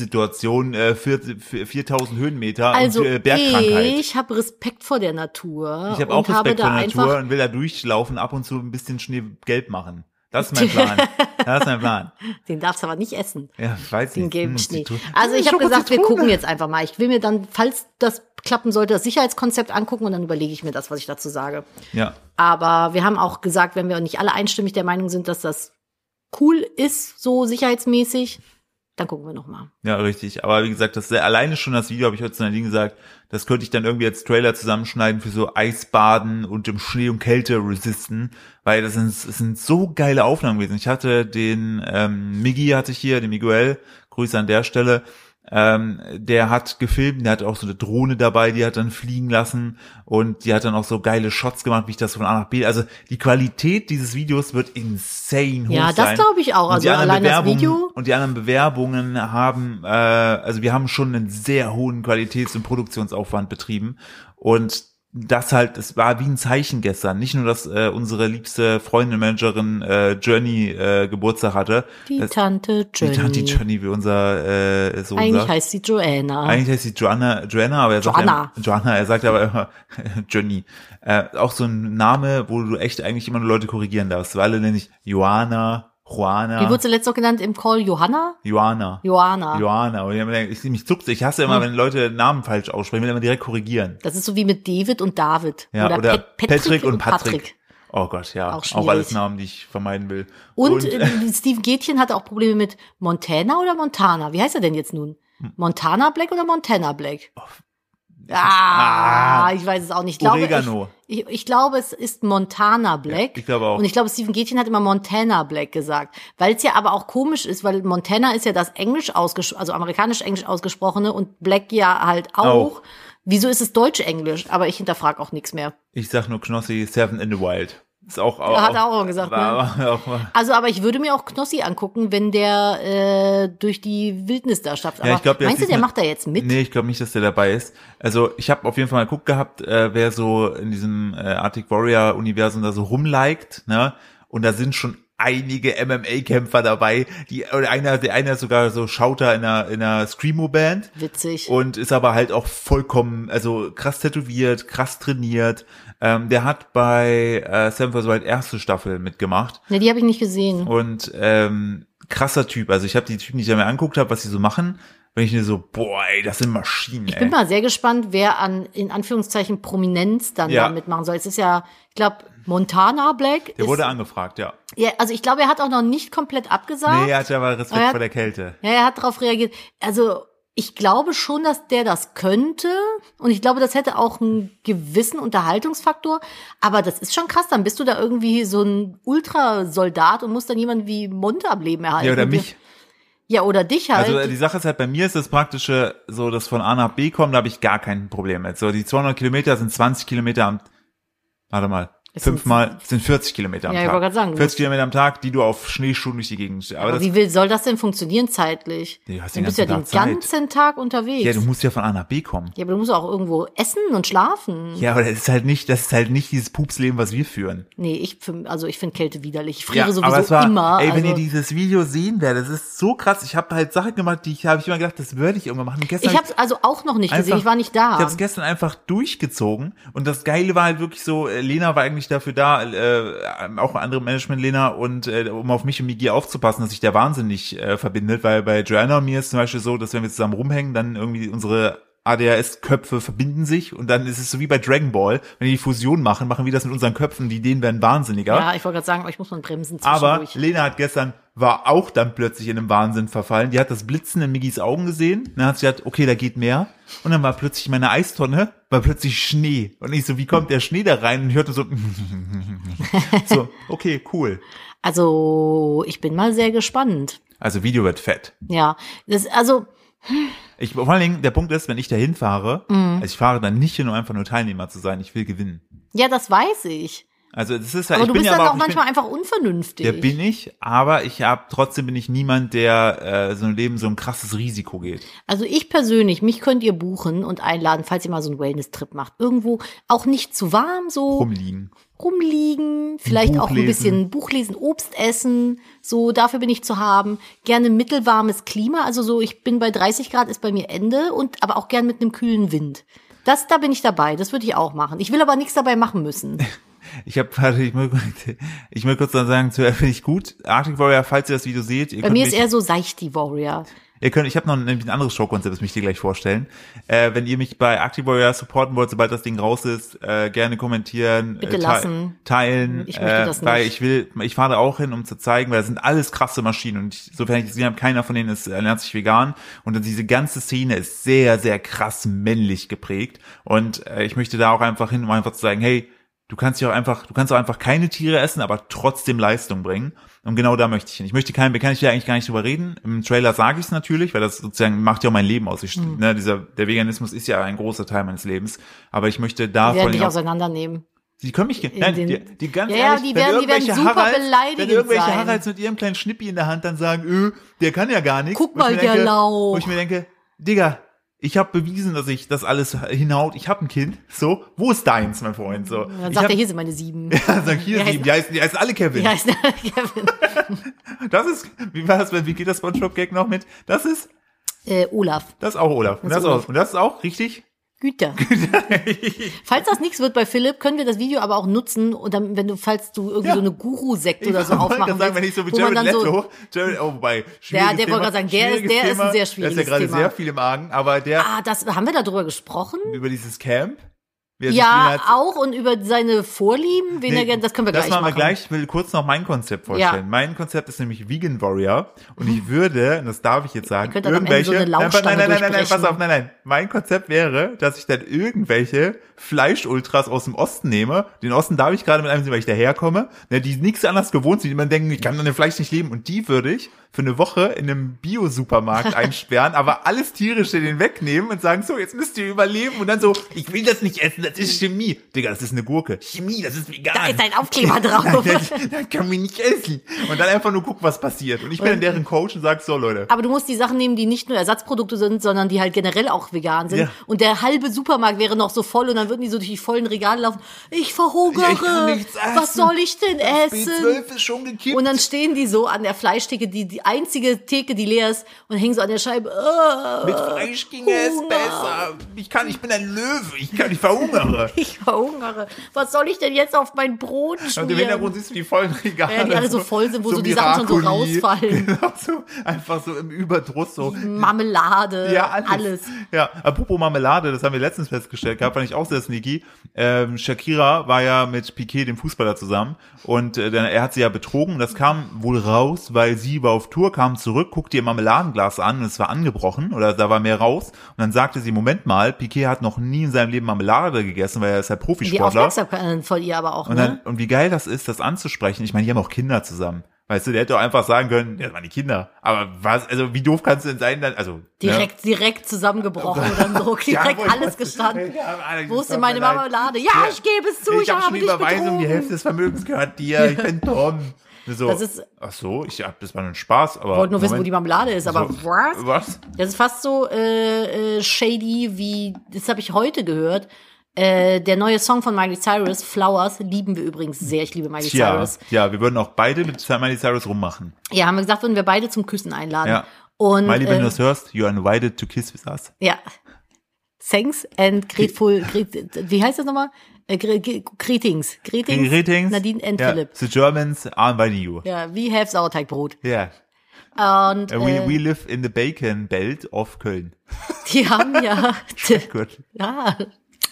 Extremsituation, äh, vier- vier- 4000 Höhenmeter
also
und äh, Bergkrankheit.
ich habe Respekt vor der Natur
Ich habe auch Respekt
und
vor
habe da
der Natur
einfach
und will da durchlaufen, ab und zu ein bisschen Schnee gelb machen. Das ist mein Plan. das ist mein Plan.
den darfst du aber nicht essen.
Ja, ich weiß
Den
nicht.
gelben
Hm,
Schnee.
Zitrone-
Also ich habe
Schoko-
gesagt, wir
Zitrone.
gucken jetzt einfach mal. Ich will mir dann, falls das klappen sollte, das Sicherheitskonzept angucken und dann überlege ich mir das, was ich dazu sage.
Ja,
Aber wir haben auch gesagt, wenn wir nicht alle einstimmig der Meinung sind, dass das cool ist, so sicherheitsmäßig, dann gucken wir noch mal.
ja, richtig. Aber wie gesagt, das ist ja alleine schon das Video, habe ich heute zu Nadine gesagt, das könnte ich dann irgendwie als Trailer zusammenschneiden für so Eisbaden und im Schnee und Kälte resisten, weil das sind, das sind so geile Aufnahmen gewesen. Ich hatte den ähm, Miggy hatte ich hier, den Miguel, Grüße an der Stelle. Ähm, der hat gefilmt, der hat auch so eine Drohne dabei, die hat dann fliegen lassen und die hat dann auch so geile Shots gemacht, wie ich das von A nach B. Also die Qualität dieses Videos wird insane hoch
Ja, das
sein.
glaube ich auch.
Und die
Also
anderen
allein das
Bewerbungen-
Video.
Und die anderen Bewerbungen haben, äh, also wir haben schon einen sehr hohen Qualitäts- und Produktionsaufwand betrieben. Und das halt, es war wie ein Zeichen gestern. Nicht nur, dass äh, unsere liebste Freundin, Managerin äh, Journey äh, Geburtstag hatte.
Die
das,
Tante Jenny.
Die Tante Journey, wie unser äh, Sohn
Eigentlich
sagt.
heißt sie Joanna.
Eigentlich heißt sie Joanna, Joanna, aber er sagt
Joanna.
Ja, Joanna, er sagt aber immer Johnny. Äh, auch so ein Name, wo du echt eigentlich immer nur Leute korrigieren darfst, weil alle nenne ich Joanna,
Wie
Juana,
wurde sie letztes noch genannt im Call? Johanna?
Joanna.
Johanna.
Joanna. Und ich, hab mir gedacht, ich mich zuckte. Ich hasse
Hm.
immer, wenn Leute Namen falsch aussprechen, will immer direkt korrigieren.
Das ist so wie mit David und David.
Ja, oder,
Pat-
Patrick, und Patrick. Oh Gott, ja.
Auch
Auch,
schwierig.
alles Namen, die ich vermeiden will.
Und, äh, Steven Gätchen hatte auch Probleme mit Montana oder Montana. Wie heißt er denn jetzt nun?
Hm.
Montana Black oder Montana Black? Ah,
Oh, Ah.
ich weiß es auch nicht. Ich glaube,
Oregano.
Ich, ich, ich glaube, es ist Montana Black.
ich glaube auch.
Und ich glaube, Steven Gätchen hat immer Montana Black gesagt. Weil es ja aber auch komisch ist, weil Montana ist ja das Englisch ausgesprochene, also amerikanisch-englisch ausgesprochene und Black ja halt auch.
Auch.
Wieso ist es Deutsch-Englisch? Aber ich hinterfrage auch nichts mehr.
Ich sag nur Knossi, Seven in the Wild. Ist auch, auch
Hat er auch gesagt, ne?
war, war, auch,
Also, aber ich würde mir auch Knossi angucken, wenn der äh, durch die Wildnis da stapft. Aber
ich glaub, der
meinst du,
sieht
der
man-
macht da jetzt mit?
Nee, ich glaube nicht, dass der dabei ist. Also ich habe auf jeden Fall mal geguckt gehabt, äh, wer so in diesem äh, Arctic Warrior Universum da so rumliked, ne? Und da sind schon einige MMA-Kämpfer dabei, die oder einer, der einer ist sogar so Schauter in einer in einer Screamo-Band
Witzig.
und ist aber halt auch vollkommen, also krass tätowiert, krass trainiert. Ähm, der hat bei äh, Sam vs. Wild erste Staffel mitgemacht
Ne, die habe ich nicht gesehen.
und ähm, krasser Typ. Also ich habe die Typen, die ich mir angeguckt habe, was sie so machen, wenn ich mir so, boah, ey, das sind Maschinen,
Ich bin
ey.
mal sehr gespannt, wer an, in Anführungszeichen, Prominenz dann
Ja.
da mitmachen soll. Es ist ja, ich glaube, Montana Black.
Der
ist,
wurde angefragt, ja.
ja, also ich glaube, er hat auch noch nicht komplett abgesagt.
Nee, er hatte aber Respekt
Er hat-
vor der Kälte.
Ja, er hat darauf reagiert. Also ich glaube schon, dass der das könnte. Und ich glaube, das hätte auch einen gewissen Unterhaltungsfaktor. Aber das ist schon krass. Dann bist du da irgendwie so ein Ultrasoldat und musst dann jemanden wie Monte am Leben erhalten.
Ja, oder mich.
Ja, oder dich halt.
Also äh, die Sache ist halt, bei mir ist das praktische so, dass von A nach B kommen, da habe ich gar kein Problem mit. So, die 200 Kilometer sind 20 Kilometer am, warte mal,
Es sind-
fünfmal, sind 40 Kilometer am
Ja, ich
Tag.
wollte gerade sagen, du
40 Kilometer am Tag, die du auf Schneeschuhen durch die Gegend, aber,
aber
das,
wie will, soll das denn funktionieren zeitlich?
Ja, du hast
dann
den
bist du ja den
ganzen Tag Zeit.
ganzen Tag unterwegs.
ja, du musst ja von A nach B kommen.
ja, aber du musst auch irgendwo essen und schlafen.
Ja, aber das ist halt nicht, das ist halt nicht dieses Pupsleben, was wir führen.
Nee, ich, find- also ich finde Kälte widerlich. Ich friere sowieso
aber es war,
immer.
Ey, wenn
also-
ihr dieses Video sehen werdet, das ist so krass. Ich habe halt Sachen gemacht, die ich habe ich immer gedacht, das würde ich irgendwann machen. Und Gestern
ich habe es also auch noch nicht gesehen.
einfach-
Ich war nicht da.
Ich habe es gestern einfach durchgezogen und das Geile war halt wirklich so, äh, Lena war eigentlich dafür da, äh, auch andere Management Lena und äh, um auf mich und Migi aufzupassen, dass sich der Wahnsinn nicht äh, verbindet, weil bei Joanna und mir ist zum Beispiel so, dass wenn wir zusammen rumhängen, dann irgendwie unsere ADHS-Köpfe verbinden sich und dann ist es so wie bei Dragon Ball, wenn die die Fusion machen, machen wir das mit unseren Köpfen, die Ideen werden wahnsinniger.
Ja, ich wollte gerade sagen, euch muss man bremsen
Aber
zwischendurch.
Lena hat gestern, war auch dann plötzlich in einem Wahnsinn verfallen. Die hat das Blitzen in Miggis Augen gesehen. Dann hat sie gesagt, okay, da geht mehr. Und dann war plötzlich meine Eistonne, war plötzlich Schnee. Und ich so, wie kommt der Schnee da rein? Und ich hörte so, so, okay, cool.
also, ich bin mal sehr gespannt.
Also Video wird fett.
Ja, das, also,
Ich, vor allen Dingen, der Punkt ist, wenn ich dahin
Mhm.
fahre, also ich fahre dann nicht hin, um einfach nur Teilnehmer zu sein. Ich will gewinnen.
ja, das weiß ich.
Also das ist ja,
Aber
ich
du
bin
bist
ja
dann
aber
auch
auch, ich bin-
manchmal einfach unvernünftig.
Der bin ich, aber ich hab, trotzdem bin ich niemand, der äh, so ein Leben so ein krasses Risiko geht.
Also ich persönlich, mich könnt ihr buchen und einladen, falls ihr mal so einen Wellness-Trip macht. Irgendwo auch nicht zu warm, so
Rumliegen.
rumliegen, vielleicht
Buch
auch ein
lesen.
bisschen Buch lesen, Obst essen, so dafür bin ich zu haben. Gerne mittelwarmes Klima, also so ich bin bei 30 Grad ist bei mir Ende und aber auch gern mit einem kühlen Wind. Das, da bin ich dabei, das würde ich auch machen. Ich will aber nichts dabei machen müssen.
Ich habe, warte, ich möchte, ich möchte kurz dann sagen, zuerst finde ich gut. Arctic Warrior, falls ihr das Video seht, ihr
Bei
könnt
mir
mich,
ist eher so Seichti Warrior.
ihr könnt, ich habe noch nämlich ein anderes Showkonzept, das möchte ich dir gleich vorstellen. Äh, wenn ihr mich bei Arctic Warrior supporten wollt, sobald das Ding raus ist, äh, gerne kommentieren,
Bitte
äh, te-
lassen.
teilen,
Ich möchte das
äh, weil
nicht.
ich will, ich fahre da auch hin, um zu zeigen, weil das sind alles krasse Maschinen und ich, sofern ich gesehen habe, keiner von denen ist äh, ernährt sich vegan und dann diese ganze Szene ist sehr, sehr krass männlich geprägt und äh, ich möchte da auch einfach hin, um einfach zu sagen, hey, du kannst ja auch einfach, du kannst auch einfach keine Tiere essen, aber trotzdem Leistung bringen und genau da möchte ich hin. Ich möchte keinen, kann ich ja eigentlich gar nicht drüber reden. Im Trailer sage ich es natürlich, weil das sozusagen macht ja auch mein Leben aus. Ich,
Mhm.
ne, dieser, der Veganismus ist ja ein großer Teil meines Lebens, aber ich möchte da
Die werden
vor
dich
allem auch-
auseinandernehmen.
die können mich,
In
nein,
den-
die, die ganz
Ja, ja,
ehrlich, wenn
die werden- die werden
irgendwelche
super
Haralds, wenn
beleidigend
irgendwelche
sein.
Haralds mit ihrem kleinen Schnippi in der Hand dann sagen, öh, der kann ja gar nichts.
Guck
Wo ich
mal,
mir
der
denke,
Lauch.
Wo ich mir denke, Digga, ich habe bewiesen, dass ich das alles hinhaut. Ich habe ein Kind, so, wo ist deins, mein Freund, so.
Dann
ich
sagt
hab,
er, hier sind meine sieben.
dann sag ich, hier
Ja,
sieben, die heißen, die heißen alle Kevin.
Ja, ist Kevin.
Das ist, wie war das, bei- wie geht das Spongebob-Gag noch mit? Das ist,
Äh, Olaf.
das ist auch Olaf. Und
Das
das,
ist
auch,
Olaf.
und das ist auch richtig.
Güter. falls das nichts wird bei Philipp, können wir das Video aber auch nutzen und dann, wenn du, falls du irgendwie
Ja.
so eine Guru-Sekte
Ich
oder so
wollte
aufmachen
gerade sagen, wenn ich
willst,
so mit
wo man
Jared
dann
Leto,
so,
Jared, oh, bei
Ja, der wollte gerade sagen, der ist- der ist ein sehr
Der
schwieriges
ist ja gerade
Thema.
sehr viel im Argen, aber der
ah, das, haben wir da drüber gesprochen?
über dieses Camp. wer sich
Ja,
viel hat-
auch und über seine Vorlieben, wen
Nee,
er gerne, das können wir
das
gleich
machen
machen.
wir gleich. Ich will kurz noch mein Konzept vorstellen. Mein Konzept ist nämlich Vegan Warrior und ich würde, und das darf ich jetzt sagen,
könnt dann am Ende so
irgendwelche nein,
eine
nein,
Lauchstange
nein, nein, nein, nein,
durchbrechen.
pass auf, nein, nein. Mein Konzept wäre, dass ich dann irgendwelche Fleischultras aus dem Osten nehme. Den Osten darf ich gerade mit einem sehen, weil ich daherkomme, ne, die nichts anderes gewohnt sind, die immer denken, ich kann an dem Fleisch nicht leben und die würde ich für eine Woche in einem Bio-Supermarkt einsperren, aber alles tierische den wegnehmen und sagen, so, jetzt müsst ihr überleben und dann so, ich will das nicht essen, das ist Chemie. Digga, das ist eine Gurke. Chemie, das ist vegan.
Da ist ein Aufkleber drauf.
Das, das kann man nicht essen. Und dann einfach nur gucken, was passiert. Und ich bin in deren Coach und sag so, Leute.
Aber du musst die Sachen nehmen, die nicht nur Ersatzprodukte sind, sondern die halt generell auch vegan sind.
Ja.
Und der halbe Supermarkt wäre noch so voll und dann würden die so durch die vollen Regale laufen. Ich verhungere.
Ja, ich kann nichts essen.
Was soll ich denn essen?
B12 ist schon gekippt.
Und dann stehen die so an der Fleischtheke, die, die einzige Theke, die leer ist, und hängen so an der Scheibe. Äh,
Mit Fleisch ginge es
Hunger.
besser. Ich kann, ich bin ein Löwe. Ich kann, ich verhungere.
Ich verhungere. Was soll ich denn jetzt auf mein Brot
Und im
schmieren?
Hintergrund siehst du die vollen Regale.
Ja, die alle so voll sind, wo so die Sachen schon so
Miracoli.
rausfallen.
Genau, so, einfach so im Überdruss so.
Marmelade,
Ja, alles.
alles.
Ja, apropos Marmelade, das haben wir letztens festgestellt gehabt, fand ich auch sehr sneaky. Ähm, Shakira war ja mit Piquet, dem Fußballer, zusammen und äh, dann, er hat sie ja betrogen. Das kam wohl raus, weil sie war auf Tour, kam zurück, guckte ihr Marmeladenglas an und es war angebrochen oder da war mehr raus. Und dann sagte sie, Moment mal, Piquet hat noch nie in seinem Leben Marmelade gegessen, weil er ist ja
Die
Profisportler.
Aufmerksamkeit von ihr aber auch,
Und,
ne?
dann, und wie geil das ist, das anzusprechen. Ich meine, die haben auch Kinder zusammen. Weißt du, der hätte doch einfach sagen können, ja, das waren die Kinder. Aber was, also wie doof kannst du denn sein, dann, also. ne?
Direkt, direkt zusammengebrochen
Oh
und dann so direkt
Jawohl.
alles gestanden.
Ja, Alex,
Wo ist denn
tut
meine
mir leid.
Marmelade? Ja, ich gebe es zu, ich,
ich hab schon
habe
die
dich
Überweisung, die Hälfte
betrogen.
des Vermögens gehört dir. Ich bin Tom. So,
Das ist-
ach so, ich hab, das war nur ein Spaß, aber.
Ich wollte nur wissen, wo die
Moment.
Marmelade ist, aber
So,
was?
Was?
Das ist fast so äh, äh, shady wie, das habe ich heute gehört. Äh, der neue Song von Miley Cyrus, Flowers, lieben wir übrigens sehr. Ich liebe Miley
Tja,
Cyrus.
ja, wir würden auch beide mit Miley Cyrus rummachen.
Ja, haben wir gesagt, würden wir beide zum Küssen einladen.
Ja.
Und
Miley, wenn du
äh,
das hörst, you are invited to kiss with us.
ja. Thanks and grateful, grat- wie heißt das nochmal? Äh, gr- gr- Greetings. Greetings.
Greetings.
Nadine and
ja,
Philipp.
The Germans are inviting you.
Ja, we have Sauerteigbrot.
Yeah.
Und
Uh, we,
äh,
we live in the Bacon Belt of Köln.
die haben ja,
Gut.
ja,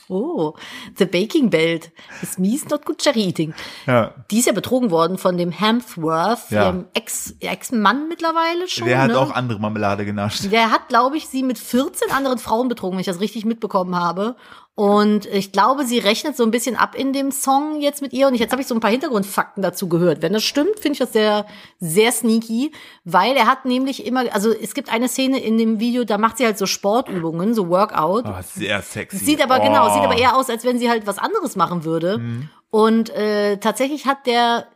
oh, the baking belt. This means not good cherry eating.
Ja.
Die ist ja betrogen worden von dem Hemsworth,
Ja.
ihrem Ex- Ex-Mann mittlerweile schon.
Der hat
ne?
auch andere Marmelade genascht.
Der hat, glaube ich, sie mit 14 anderen Frauen betrogen, wenn ich das richtig mitbekommen habe. Und ich glaube, sie rechnet so ein bisschen ab in dem Song jetzt mit ihr. Und ich, jetzt habe ich so ein paar Hintergrundfakten dazu gehört. Wenn das stimmt, finde ich das sehr, sehr sneaky, weil er hat nämlich immer, also es gibt eine Szene in dem Video, da macht sie halt so Sportübungen, so Workout.
Oh, sehr sexy.
Sieht aber
oh. Mhm.
genau, sieht aber eher aus, als wenn sie halt was anderes machen würde. Und äh, tatsächlich hat der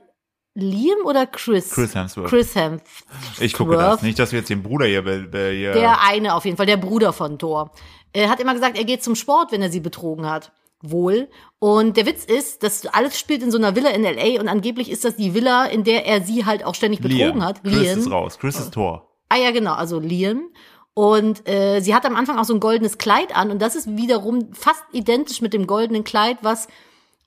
Liam oder Chris?
Chris Hemsworth.
Chris Hemsworth.
Ich gucke das. Nicht, äh. dass wir jetzt den Bruder hier, be- be- hier
Der eine auf jeden Fall, der Bruder von Thor. Er hat immer gesagt, er geht zum Sport, wenn er sie betrogen hat. Wohl. Und der Witz ist, dass alles spielt in so einer Villa in L.A. und angeblich ist das die Villa, in der er sie halt auch ständig betrogen
Liam.
hat.
Chris ist raus. Chris ist Tor.
Ah ja, genau, also Liam. Und äh, sie hat am Anfang auch so ein goldenes Kleid an und das ist wiederum fast identisch mit dem goldenen Kleid, was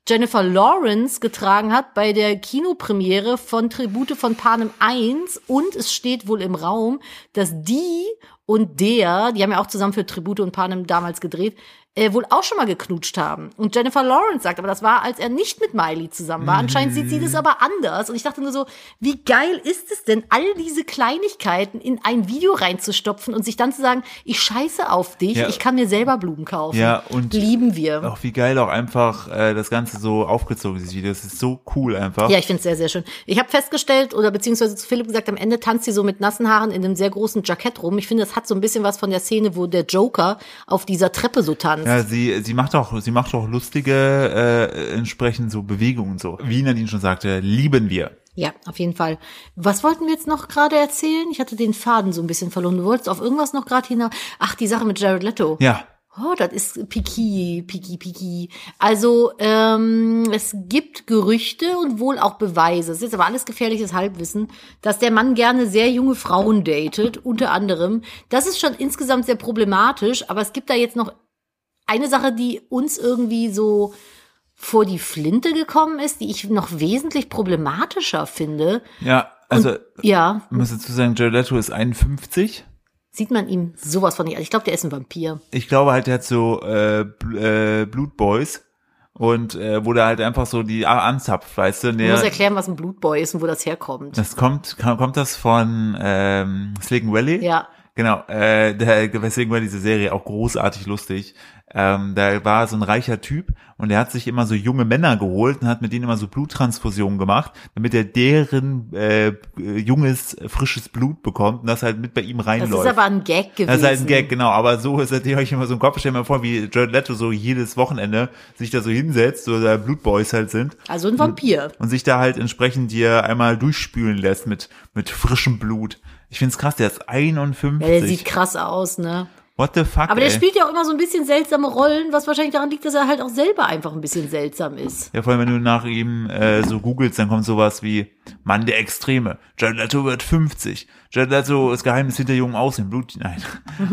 Jennifer Lawrence getragen hat bei der Kinopremiere von Tribute von Panem 1 und es steht wohl im Raum, dass die und der, die haben ja auch zusammen für Tribute und Panem damals gedreht, äh, wohl auch schon mal geknutscht haben. Und Jennifer Lawrence sagt, aber das war, als er nicht mit Miley zusammen war. Anscheinend sieht sie
Mhm.
das aber anders. Und ich dachte nur so, wie geil ist es denn, all diese Kleinigkeiten in ein Video reinzustopfen und sich dann zu sagen, ich scheiße auf dich,
Ja.
ich kann mir selber Blumen kaufen.
Ja, und-
Lieben wir.
Auch wie geil auch einfach äh, das Ganze so aufgezogen, dieses Video. Das ist so cool einfach.
Ja, ich find's sehr, sehr schön. Ich habe festgestellt oder beziehungsweise zu Philipp gesagt, am Ende tanzt sie so mit nassen Haaren in einem sehr großen Jackett rum. Ich finde, das hat so ein bisschen was von der Szene, wo der Joker auf dieser Treppe so tanzt.
Ja, sie, sie macht auch, sie macht auch lustige, äh, entsprechend so Bewegungen so. Wie Nadine schon sagte, lieben wir.
Ja, auf jeden Fall. Was wollten wir jetzt noch gerade erzählen? Ich hatte den Faden so ein bisschen verloren. Du wolltest auf irgendwas noch gerade hinaus. Ach, die Sache mit Jared Leto.
Ja.
Oh, das ist Piki, Piki, Piki. Also, ähm, es gibt Gerüchte und wohl auch Beweise. Es ist jetzt aber alles gefährliches Halbwissen, dass der Mann gerne sehr junge Frauen datet, unter anderem. Das ist schon insgesamt sehr problematisch, aber es gibt da jetzt noch eine Sache, die uns irgendwie so vor die Flinte gekommen ist, die ich noch wesentlich problematischer finde.
Ja, also,
Ja,
man muss dazu sagen, Jared Leto ist 51.
sieht man ihm sowas von nicht. an. Ich glaube, der ist ein Vampir.
Ich glaube halt, der hat so, äh, Bl- äh Blutboys. Und, äh, wo der halt einfach so die A- anzapft, weißt du? und
Ich
Der,
muss erklären, was ein Blutboy ist und wo das herkommt.
das kommt, kam- kommt das von, ähm, Slicken Valley?
Ja.
Genau, äh, der, weswegen war diese Serie auch großartig lustig. Ähm, da war so ein reicher Typ und der hat sich immer so junge Männer geholt und hat mit denen immer so Bluttransfusionen gemacht, damit er deren äh, äh, junges, frisches Blut bekommt und das halt mit bei ihm
Das
reinläuft.
ist aber ein Gag gewesen.
Das ist halt ein Gag, genau. Aber so ist das, die euch immer so im Kopf stellen mal vor, wie Jared Leto so jedes Wochenende sich da so hinsetzt, so da Blutboys halt sind
Also ein Vampir.
und sich da halt entsprechend dir einmal durchspülen lässt mit, mit frischem Blut. Ich find's krass, der ist 51.
Ja, der sieht krass aus, ne?
What the fuck,
Aber der
ey?
spielt ja auch immer so ein bisschen seltsame Rollen, was wahrscheinlich daran liegt, dass er halt auch selber einfach ein bisschen seltsam ist.
Ja, vor allem, wenn du nach ihm äh, so googelst, dann kommt sowas wie Mann der Extreme. Jared Leto wird 50. Jared Leto ist Geheimnis hinter jungen Aussehen. Blut, nein.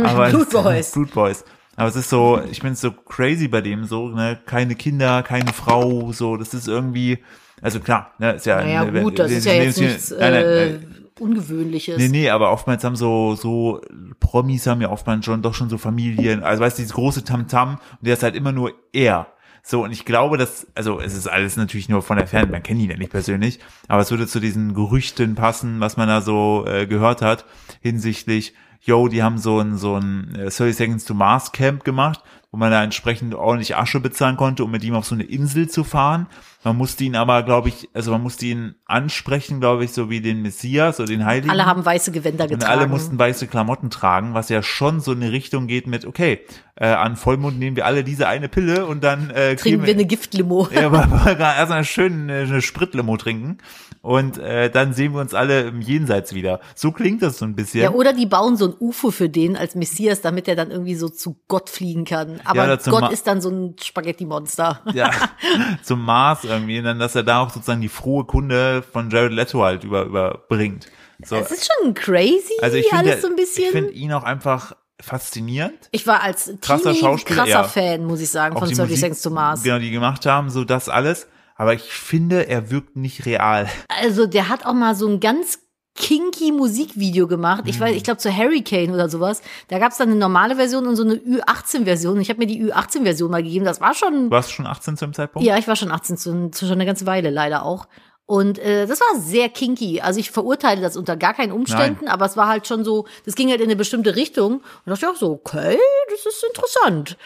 Aber
Blut Boys.
Blut Boys. Aber es ist so, ich find's so crazy bei dem so, ne? Keine Kinder, keine Frau, so. Das ist irgendwie, also klar, ne? Ist ja,
Naja,
ne,
gut, das
ne,
ist ja jetzt
ne,
nichts
nein, nein,
äh,
nein.
Ungewöhnliches.
Nee, nee, aber oftmals haben so, so Promis haben ja oftmals schon doch schon so Familien, also weißt du, dieses große Tamtam und der ist halt immer nur er. So, und ich glaube, dass, also es ist alles natürlich nur von der Ferne, man kennt ihn ja nicht persönlich, aber es würde zu diesen Gerüchten passen, was man da so äh, gehört hat, hinsichtlich, yo, die haben so ein, so ein äh, 30 Seconds to Mars Camp gemacht, wo man da entsprechend ordentlich Asche bezahlen konnte, um mit ihm auf so eine Insel zu fahren. Man musste ihn aber, glaube ich, also man musste ihn ansprechen, glaube ich, so wie den Messias oder den Heiligen.
Alle haben weiße Gewänder
Und
getragen.
alle mussten weiße Klamotten tragen, was ja schon so in eine Richtung geht mit, okay, äh, an Vollmond nehmen wir alle diese eine Pille und dann äh,
Trinken wir
kriegen
eine Giftlimo.
ja, aber aber erstmal schön äh, eine Spritlimo trinken und äh, dann sehen wir uns alle im Jenseits wieder. So klingt das so ein bisschen.
Ja, oder die bauen so ein UFO für den als Messias, damit er dann irgendwie so zu Gott fliegen kann. Aber
oder zum Ma-
Gott ist dann so ein Spaghetti-Monster.
ja, zum Mars irgendwie, und dann, dass er da auch sozusagen die frohe Kunde von Jared Leto halt über, überbringt. So,
Es ist schon crazy,
also ich finde
alles so ein bisschen.
ich finde ihn auch einfach faszinierend.
Ich war als Teenie
Krasser
krasser,
Schauspieler, ja.
Fan, muss ich sagen,
Auch
von
die
30
Musik,
Seconds to Mars.
Genau, die gemacht haben, so das alles. Aber ich finde, er wirkt nicht real.
Also der hat auch mal so ein ganz kinky Musikvideo gemacht.
Mhm.
Ich weiß, ich glaube zu Hurricane oder sowas. Da gab es dann eine normale Version und so eine Ü18-Version. Ich habe mir die Ü18-Version mal gegeben. Das war schon.
Du warst schon 18 zu dem Zeitpunkt?
Ja, ich war schon 18, zu, zu schon eine ganze Weile leider auch. Und äh, das war sehr kinky. Also ich verurteile das unter gar keinen Umständen, aber es war halt schon so, das ging halt in eine bestimmte Richtung. Und da dachte ich auch so, okay, das ist interessant.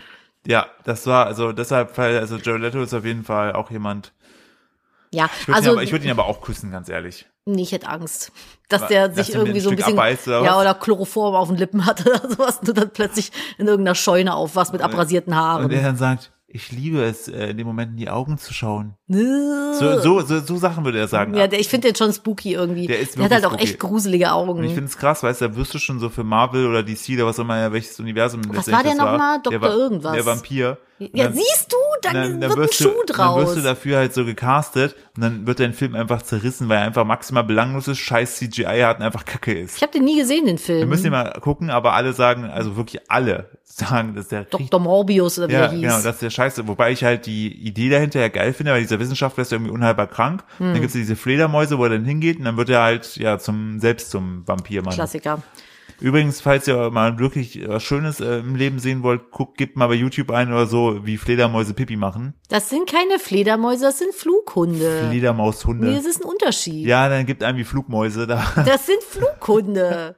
Ja, das war, also deshalb, also Jared Leto ist auf jeden Fall auch jemand.
Ja,
Ich würde
also
ihn, aber- ich würd ihn aber auch küssen, ganz ehrlich.
Nee, ich hätte Angst, dass
Wa-
der
dass
sich
der mir
irgendwie
ein
so ein
Stück
bisschen
abbeißt oder
ja
was?
oder Chloroform auf den Lippen hatte oder sowas und du dann plötzlich in irgendeiner Scheune aufwachst mit abrasierten
Und
Haaren.
er dann sagt, ich liebe es, äh, in dem Moment in die Augen zu schauen. So,
So,
so, so, so Sachen würde er sagen.
Ja, der, ich finde den schon spooky irgendwie.
Der ist
der hat
wirklich
halt auch
spooky.
echt gruselige Augen.
Und ich finde es krass, weißt du, da wirst du schon so für Marvel oder DC oder was auch immer, ja, welches Universum
Was
letztendlich
war der
das war.
nochmal? Dr.
war-
irgendwas.
Der Vampir. Und
ja,
dann-
siehst du, dann, wird ein
wirst
Schuh
du,
draus.
Dann wirst du dafür halt so gecastet und dann wird dein Film einfach zerrissen, weil er einfach maximal belanglos ist, scheiß CGI hat und einfach kacke ist.
ich habe den nie gesehen, den
Wir
Film.
müssen ihn mal gucken, aber alle sagen, also wirklich alle sagen, dass der richtig-
Dr. Morbius oder wie
ja,
er hieß.
genau, das ist der Scheiße. Wobei ich halt die Idee dahinter ja geil finde, weil dieser Wissenschaftler ist ja irgendwie unheilbar krank.
Mhm.
Dann gibt's ja diese Fledermäuse, wo er dann hingeht und dann wird er halt ja zum selbst zum Vampirmann.
Klassiker.
Übrigens, falls ihr mal wirklich was Schönes äh, im Leben sehen wollt, guckt, gebt mal bei YouTube ein oder so, wie Fledermäuse Pipi machen.
Das sind keine Fledermäuse, das sind Flughunde.
Fledermaushunde.
nee, das ist ein Unterschied.
Ja, dann gibt einem die Flugmäuse da.
Das sind Flughunde.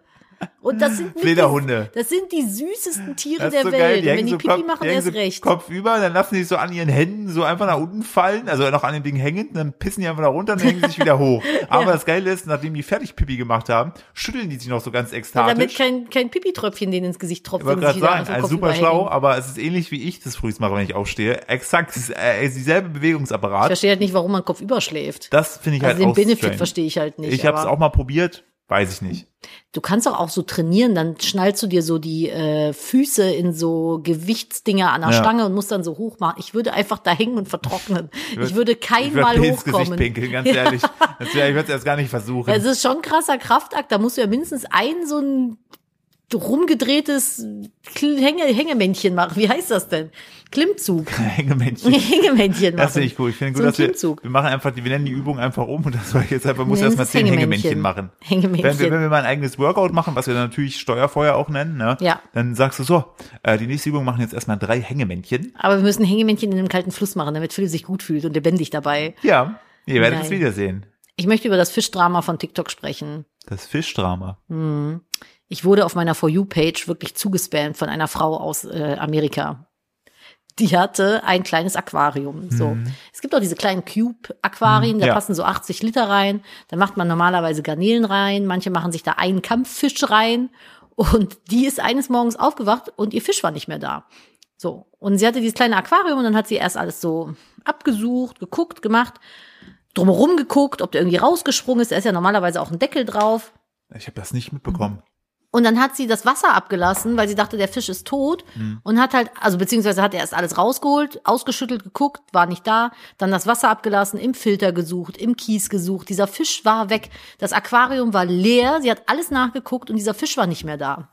Und das sind nicht
Flederhunde.
Die, das sind die süßesten Tiere
Das
der
ist so
Welt.
geil. Die
Und
hängen
wenn die
so
Pipi
Kopf,
machen,
die hängen
erst
so
recht.
Kopf über, dann lassen die sich so an ihren Händen so einfach nach unten fallen, also noch an dem Ding hängend, dann pissen die einfach da runter und hängen sich wieder hoch. Aber das Geile ist, nachdem die fertig Pipi gemacht haben, schütteln die sich noch so ganz ekstatisch.
Damit kein, kein Pipi-Tröpfchen denen ins Gesicht tropft.
Ich wollte
wenn sie
gerade
wieder
sagen,
auf den
also
Kopf
super schlau,
überhängen.
aber es ist ähnlich wie ich das frühst mache, wenn ich aufstehe. Exakt, es ist, äh, es ist dieselbe
Ich
Bewegungsapparat.
verstehe halt nicht, warum man Kopf überschläft.
Das finde ich
also
halt
den
auch
Benefit
strange.
verstehe ich halt nicht.
Ich habe es
aber-
auch mal probiert, weiß ich nicht.
Du kannst doch auch so trainieren, dann schnallst du dir so die äh, Füße in so Gewichtsdinger an der
Ja.
Stange und musst dann so hoch machen. Ich würde einfach da hängen und vertrocknen. Ich
würd-
würde
Ich
kein
würde
Mal
mir ins Gesicht
hochkommen. Also
pinkeln, ganz ehrlich. Das wär, ich würde es erst gar nicht versuchen.
Es ist schon ein krasser Kraftakt, da musst du ja mindestens ein so ein rumgedrehtes Kl- Hänge Hängemännchen machen. Wie heißt das denn? Klimmzug.
Hängemännchen.
Hängemännchen machen.
Das finde ich cool. Ich finde gut,
so ein
dass wir,
Klimmzug.
wir machen einfach, die- wir nennen die Übung einfach um und das soll ich jetzt einfach, muss
Nennen
erstmal
es
zehn Hängemännchen
Hängemännchen.
machen.
Hängemännchen.
Wenn wir, wenn wir mal ein eigenes Workout machen, was wir dann natürlich Steuerfeuer auch nennen, ne?
Ja.
Dann sagst du so, äh, die nächste Übung machen jetzt erstmal drei Hängemännchen.
Aber wir müssen Hängemännchen in einem kalten Fluss machen, damit Phil sich gut fühlt und lebendig dabei.
Ja. Ihr werdet
Nein.
es wiedersehen.
Ich möchte über das Fischdrama von TikTok sprechen.
Das Fischdrama.
Ich wurde auf meiner For You-Page wirklich zugespammt von einer Frau aus äh, Amerika. Die hatte ein kleines Aquarium. So. Es gibt auch diese kleinen Cube-Aquarien, da
Ja.
passen so 80 Liter rein. Da macht man normalerweise Garnelen rein. Manche machen sich da einen Kampffisch rein. Und die ist eines Morgens aufgewacht und ihr Fisch war nicht mehr da. So. Und sie hatte dieses kleine Aquarium und dann hat sie erst alles so abgesucht, geguckt, gemacht, drumherum geguckt, ob der irgendwie rausgesprungen ist. Da ist ja normalerweise auch ein Deckel drauf.
Ich habe das nicht mitbekommen.
Und dann hat sie das Wasser abgelassen, weil sie dachte, der Fisch ist tot. Und hat halt, also beziehungsweise hat er erst alles rausgeholt, ausgeschüttelt, geguckt, war nicht da. Dann das Wasser abgelassen, im Filter gesucht, im Kies gesucht. Dieser Fisch war weg. Das Aquarium war leer. Sie hat alles nachgeguckt und dieser Fisch war nicht mehr da.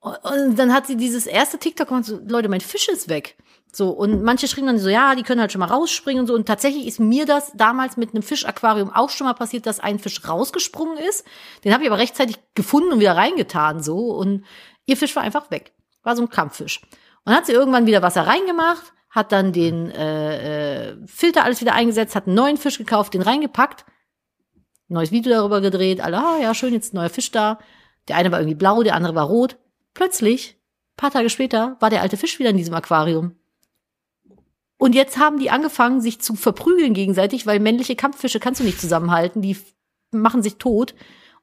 Und dann hat sie dieses erste TikTok gemacht, so, Leute, mein Fisch ist weg. So, und manche schrieben dann so, ja, die können halt schon mal rausspringen und so. Und tatsächlich ist mir das damals mit einem Fischaquarium auch schon mal passiert, dass ein Fisch rausgesprungen ist. Den habe ich aber rechtzeitig gefunden und wieder reingetan, so. Und ihr Fisch war einfach weg. War so ein Kampffisch. Und dann hat sie irgendwann wieder Wasser reingemacht, hat dann den äh, äh, Filter alles wieder eingesetzt, hat einen neuen Fisch gekauft, den reingepackt neues Video darüber gedreht, alle, ah, ja, schön, jetzt ein neuer Fisch da. Der eine war irgendwie blau, der andere war rot. Plötzlich, ein paar Tage später, war der alte Fisch wieder in diesem Aquarium. Und jetzt haben die angefangen, sich zu verprügeln gegenseitig, weil männliche Kampffische kannst du nicht zusammenhalten, die f- machen sich tot.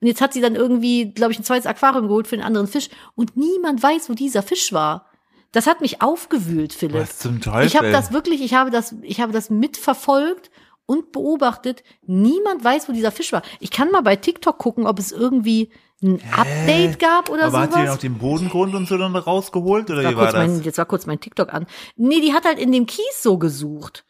Und jetzt hat sie dann irgendwie, glaube ich, ein zweites Aquarium geholt für den anderen Fisch und niemand weiß, wo dieser Fisch war. Das hat mich aufgewühlt, Philipp.
Was zum Teufel?
Hm. Ich habe das wirklich, ich habe das, ich habe das mitverfolgt und beobachtet. Niemand weiß, wo dieser Fisch war. Ich kann mal bei TikTok gucken, ob es irgendwie ein Update gab oder
Aber hat sie noch
sowas.
den Bodengrund und so dann rausgeholt oder
War
wie war
kurz
das?
mein, jetzt war kurz mein TikTok an. Nee, die hat halt in dem Kies so gesucht.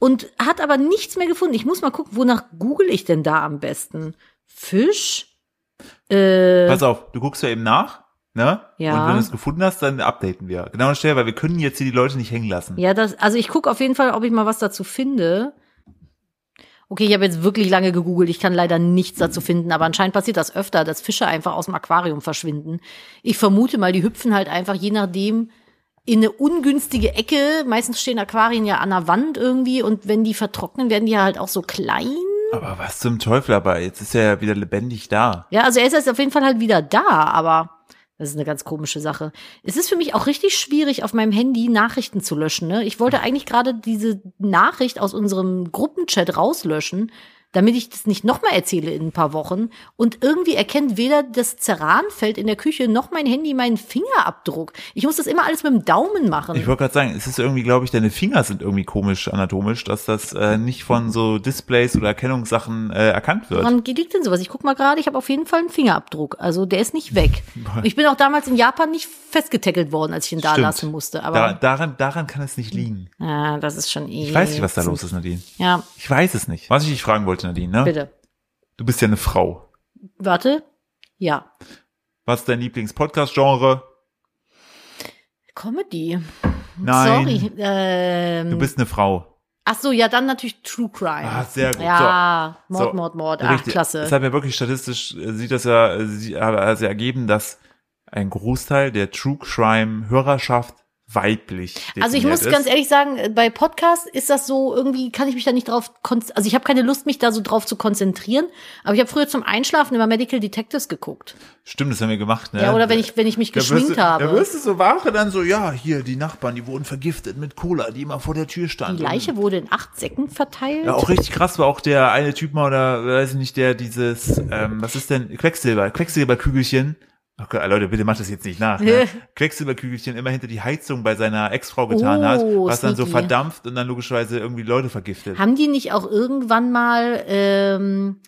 Und hat aber nichts mehr gefunden. Ich muss mal gucken, wonach google ich denn da am besten? Fisch? Äh,
Pass auf, du guckst ja eben nach, ne?
Ja.
Und wenn du es gefunden hast, dann updaten wir. Genau an der Stelle, weil wir können jetzt hier die Leute nicht hängen lassen.
Ja, das, also ich gucke auf jeden Fall, ob ich mal was dazu finde. Okay, ich habe jetzt wirklich lange gegoogelt. Ich kann leider nichts dazu finden, aber anscheinend passiert das öfter, dass Fische einfach aus dem Aquarium verschwinden. Ich vermute mal, die hüpfen halt einfach je nachdem in eine ungünstige Ecke. Meistens stehen Aquarien ja an der Wand irgendwie und wenn die vertrocknen, werden die ja halt auch so klein.
Aber was zum Teufel, aber jetzt ist er ja wieder lebendig da.
Ja, also er ist jetzt auf jeden Fall halt wieder da, aber das ist eine ganz komische Sache. Es ist für mich auch richtig schwierig, auf meinem Handy Nachrichten zu löschen. Ne? Ich wollte eigentlich gerade diese Nachricht aus unserem Gruppenchat rauslöschen, damit ich das nicht nochmal erzähle in ein paar Wochen. Und irgendwie erkennt weder das Zeranfeld in der Küche noch mein Handy meinen Fingerabdruck. Ich muss das immer alles mit dem Daumen machen.
Ich wollte gerade sagen, es ist irgendwie, glaube ich, deine Finger sind irgendwie komisch anatomisch, dass das äh, nicht von so Displays oder Erkennungssachen äh, erkannt wird.
Wann liegt denn sowas? Ich guck mal gerade, ich habe auf jeden Fall einen Fingerabdruck. Also der ist nicht weg. Ich bin auch damals in Japan nicht festgetackelt worden, als ich ihn da
Stimmt.
lassen musste.
Da,
Aber
daran, daran kann es nicht liegen.
ah, das ist schon eh.
Ich weiß nicht, was da los ist, Nadine.
Ja,
Ich weiß es nicht. Was ich dich fragen wollte, Nadine, ne?
bitte.
Du bist ja eine Frau.
Warte. Ja.
Was ist dein Lieblings-Podcast-Genre?
Comedy.
Nein.
Sorry. Ähm,
Du bist eine Frau.
ach so, ja, dann natürlich True Crime.
Ah, sehr gut.
Ja,
So.
Mord,
So.
Mord, Mord. Ach,
Richtig. Es
klasse.
hat mir wirklich statistisch, äh, sieht das ja, äh, sie- hat hat ja ergeben, dass ein Großteil der True Crime Hörerschaft weiblich
Also ich
definiert
muss
ist.
ganz ehrlich sagen, äh, bei Podcasts ist das so, irgendwie kann ich mich da nicht drauf, konz- also ich habe keine Lust, mich da so drauf zu konzentrieren, aber ich habe früher zum Einschlafen immer Medical Detectives geguckt.
Stimmt, das haben wir gemacht, ne?
Ja, oder wenn ich, wenn ich mich
Da wirst
geschminkt
du,
habe.
Da wirst du so wache dann so, ja, hier, die Nachbarn, die wurden vergiftet mit Cola, die immer vor der Tür stand.
Die Leiche wurde in acht Säcken verteilt.
Ja, oh, auch richtig krass war auch der eine Typ mal, oder weiß ich nicht, der dieses, ähm, was ist denn, Quecksilber, Quecksilberkügelchen. Oh Gott, Leute, bitte macht das jetzt nicht nach. Ne? Quecksilberkügelchen immer hinter die Heizung bei seiner Ex-Frau getan hat,
Oh,
was dann so
sneaky.
verdampft und dann logischerweise irgendwie Leute vergiftet.
Haben die nicht auch irgendwann mal, ähm,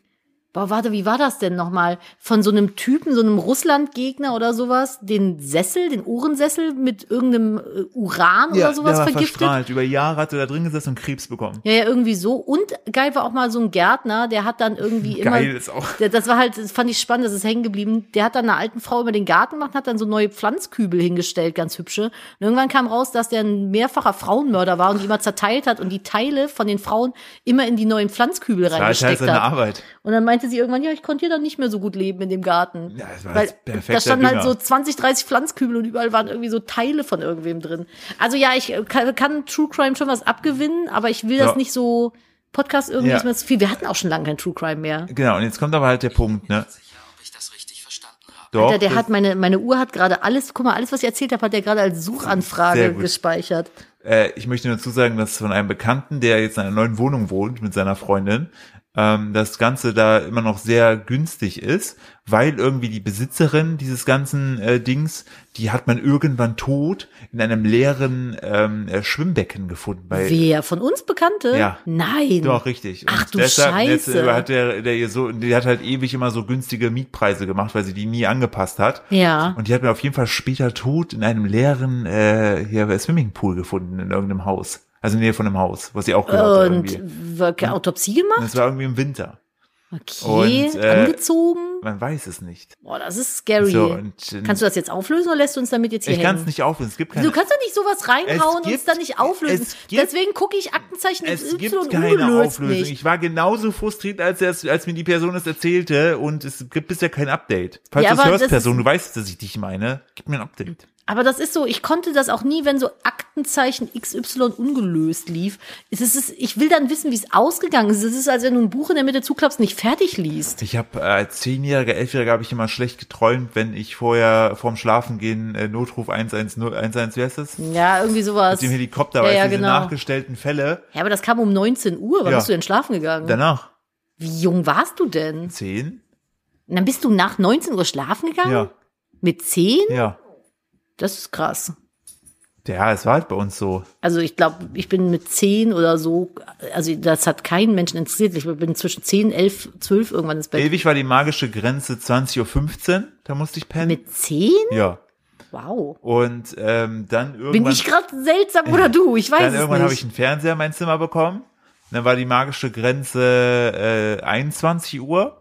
boah, warte, wie war das denn nochmal? Von so einem Typen, so einem Russlandgegner oder sowas, den Sessel, den Ohrensessel mit irgendeinem äh, Uran oder
der
sowas
war
vergiftet?
verstrahlt. Über Jahre hat er da drin gesessen und Krebs bekommen.
Ja, ja, irgendwie so. Und geil war auch mal so ein Gärtner, der hat dann irgendwie immer.
Geil ist auch.
Der- Das war halt, das fand ich spannend, das ist hängen geblieben. Der hat dann einer alten Frau über den Garten gemacht, hat dann so neue Pflanzkübel hingestellt, ganz hübsche. Und irgendwann kam raus, dass der ein mehrfacher Frauenmörder war und die immer zerteilt hat und die Teile von den Frauen immer in die neuen Pflanzkübel
Da ist halt
reingesteckt
seine
hat.
Arbeit.
Und dann meinte sie irgendwann, ja, ich konnte hier dann nicht mehr so gut leben in dem Garten.
Ja, das war
Weil
das perfekte
da standen halt
Dünger.
so 20, 30 Pflanzkübel und überall waren irgendwie so Teile von irgendwem drin. Also ja, ich äh, kann, kann True Crime schon was abgewinnen, aber ich will das
Ja.
nicht so Podcast irgendwie
Ja.
ist mir zu viel. Wir hatten auch schon lange kein True Crime mehr.
Genau, und jetzt kommt aber halt der Punkt, ne?
sicher, ob ich das richtig verstanden habe.
Doch,
Alter, der
das-
hat meine, meine Uhr hat gerade alles, guck mal, alles, was ich erzählt habe, hat er gerade als
Sehr
Suchanfrage
gut.
gespeichert.
Äh, ich möchte nur dazu sagen, dass von einem Bekannten, der jetzt in einer neuen Wohnung wohnt mit seiner Freundin, ähm, das Ganze da immer noch sehr günstig ist, weil irgendwie die Besitzerin dieses ganzen äh, Dings, die hat man irgendwann tot in einem leeren ähm, äh, Schwimmbecken gefunden. Bei,
Wer? Von uns Bekannte?
Ja.
Nein.
Doch, richtig. Und
Ach du
jetzt
Scheiße.
hat der, der ihr so, die hat halt ewig immer so günstige Mietpreise gemacht, weil sie die nie angepasst hat.
Ja.
Und die hat mir auf jeden Fall später tot in einem leeren äh, hier, Swimmingpool gefunden in irgendeinem Haus. Also in der Nähe von einem Haus, was sie auch gehört hat irgendwie. Und
Und war keine Autopsie gemacht?
das war irgendwie im Winter.
Okay.
Und, äh,
Angezogen?
Man weiß es nicht.
Boah, das ist scary.
So, und, äh,
Kannst du das jetzt auflösen oder lässt du uns damit jetzt hier
ich kann es
hängen?
nicht auflösen. Es gibt keine.
Du kannst doch nicht sowas reinhauen
Es
und es
gibt-
dann nicht auflösen.
es gibt-
Deswegen gucke ich Aktenzeichen
es
XY
gibt
und
keine
du löst
Auflösung.
nicht.
Ich war genauso frustriert, als, er's- als mir die Person es erzählte und es gibt bisher kein Update. Falls
Ja,
du es
aber
hörst,
das ist-
Person, du weißt, dass ich dich meine, gib mir ein Update.
Aber das ist so, ich konnte das auch nie, wenn so Aktenzeichen XY ungelöst lief. Es ist, es, ich will dann wissen, wie es ausgegangen ist. Es ist, als wenn du ein Buch in der Mitte zuklappst und nicht fertig liest.
Ich habe als Zehnjähriger, Elfjähriger habe ich immer schlecht geträumt, wenn ich vorher vorm Schlafengehen äh, Notruf 110, 110, wie heißt das?
Ja, irgendwie sowas.
Mit dem Helikopter,
Ja,
weil
ja,
diese
genau.
nachgestellten Fälle.
Ja, aber das kam um 19 Uhr. Wann
Ja.
bist du denn schlafen gegangen?
Danach
wie jung warst du denn?
zehn.
Und dann bist du nach 19 Uhr schlafen gegangen?
Ja,
Mit 10?
ja.
Das ist krass.
Ja, es war halt bei uns so.
Also ich glaube, ich bin mit 10 oder so, also das hat keinen Menschen interessiert. Ich bin zwischen 10, 11, 12 irgendwann ins Bett.
Ewig war die magische Grenze 20.15 Uhr, da musste ich pennen.
Mit 10?
ja.
Wow.
Und ähm, dann irgendwann.
Bin ich gerade seltsam oder du? Ich weiß
dann irgendwann
es
habe ich
nicht.
einen Fernseher in mein Zimmer bekommen. Dann war die magische Grenze äh, 21 Uhr.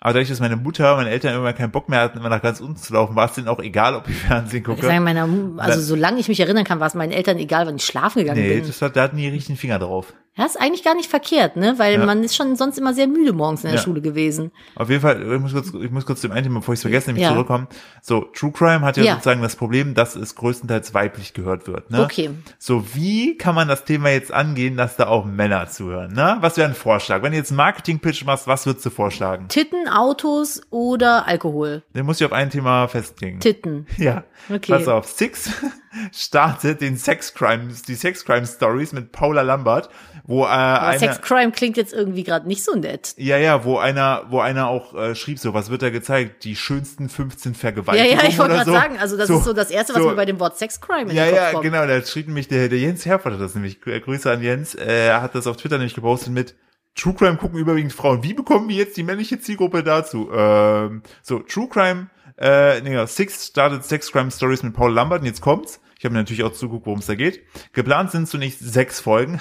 Aber dadurch, dass meine Mutter, meine Eltern irgendwann keinen Bock mehr hatten, immer nach ganz unten zu laufen, war es denen auch egal, ob ich Fernsehen
Ich sage
gucke.
meiner, Mu- also
Na-
solange ich mich erinnern kann, war es meinen Eltern egal, wann ich schlafen gegangen
Nee,
bin.
das hat, da hatten die richtigen Finger drauf.
Das ist eigentlich gar nicht verkehrt, ne? Weil
Ja.
man ist schon sonst immer sehr müde morgens in der
Ja.
Schule gewesen.
Auf jeden Fall, ich muss kurz, ich muss kurz zu dem einen Thema, bevor ich es vergesse, nämlich
Ja.
zurückkommen. So, True Crime hat ja,
Ja.
sozusagen das Problem, dass es größtenteils weiblich gehört wird. Ne?
Okay.
So, wie kann man das Thema jetzt angehen, dass da auch Männer zuhören? Ne? Was wäre ein Vorschlag? Wenn du jetzt einen Marketing-Pitch machst, was würdest du vorschlagen?
Titten, Autos oder Alkohol?
Den muss ich auf ein Thema festlegen.
Titten.
Ja.
Okay.
Pass auf, Six startet den Sex Crimes, die Sex Crime Stories mit Paula Lambert, wo äh,
Aber
einer,
Sex Crime klingt jetzt irgendwie gerade nicht so nett.
ja ja, wo einer, wo einer auch äh, schrieb so, was wird da gezeigt? Die schönsten 15
Ja,
Vergewaltigungen
ja, ich wollte
oder
gerade
so.
sagen, also das ist so das Erste, was
so-
mir bei dem Wort Sex Crime in
ja,
den Kopf
ja,
kommt.
genau, da schrieb nämlich der, der Jens Herford hat das nämlich, äh, Grüße an Jens, äh, er hat das auf Twitter nämlich gepostet mit True Crime gucken überwiegend Frauen. Wie bekommen wir jetzt die männliche Zielgruppe dazu? Ähm, so, True Crime, äh, nee, genau, Six startet Sex Crime Stories mit Paul Lambert und jetzt kommt's. Ich habe mir natürlich auch zugeguckt, worum es da geht. Geplant sind zunächst sechs Folgen.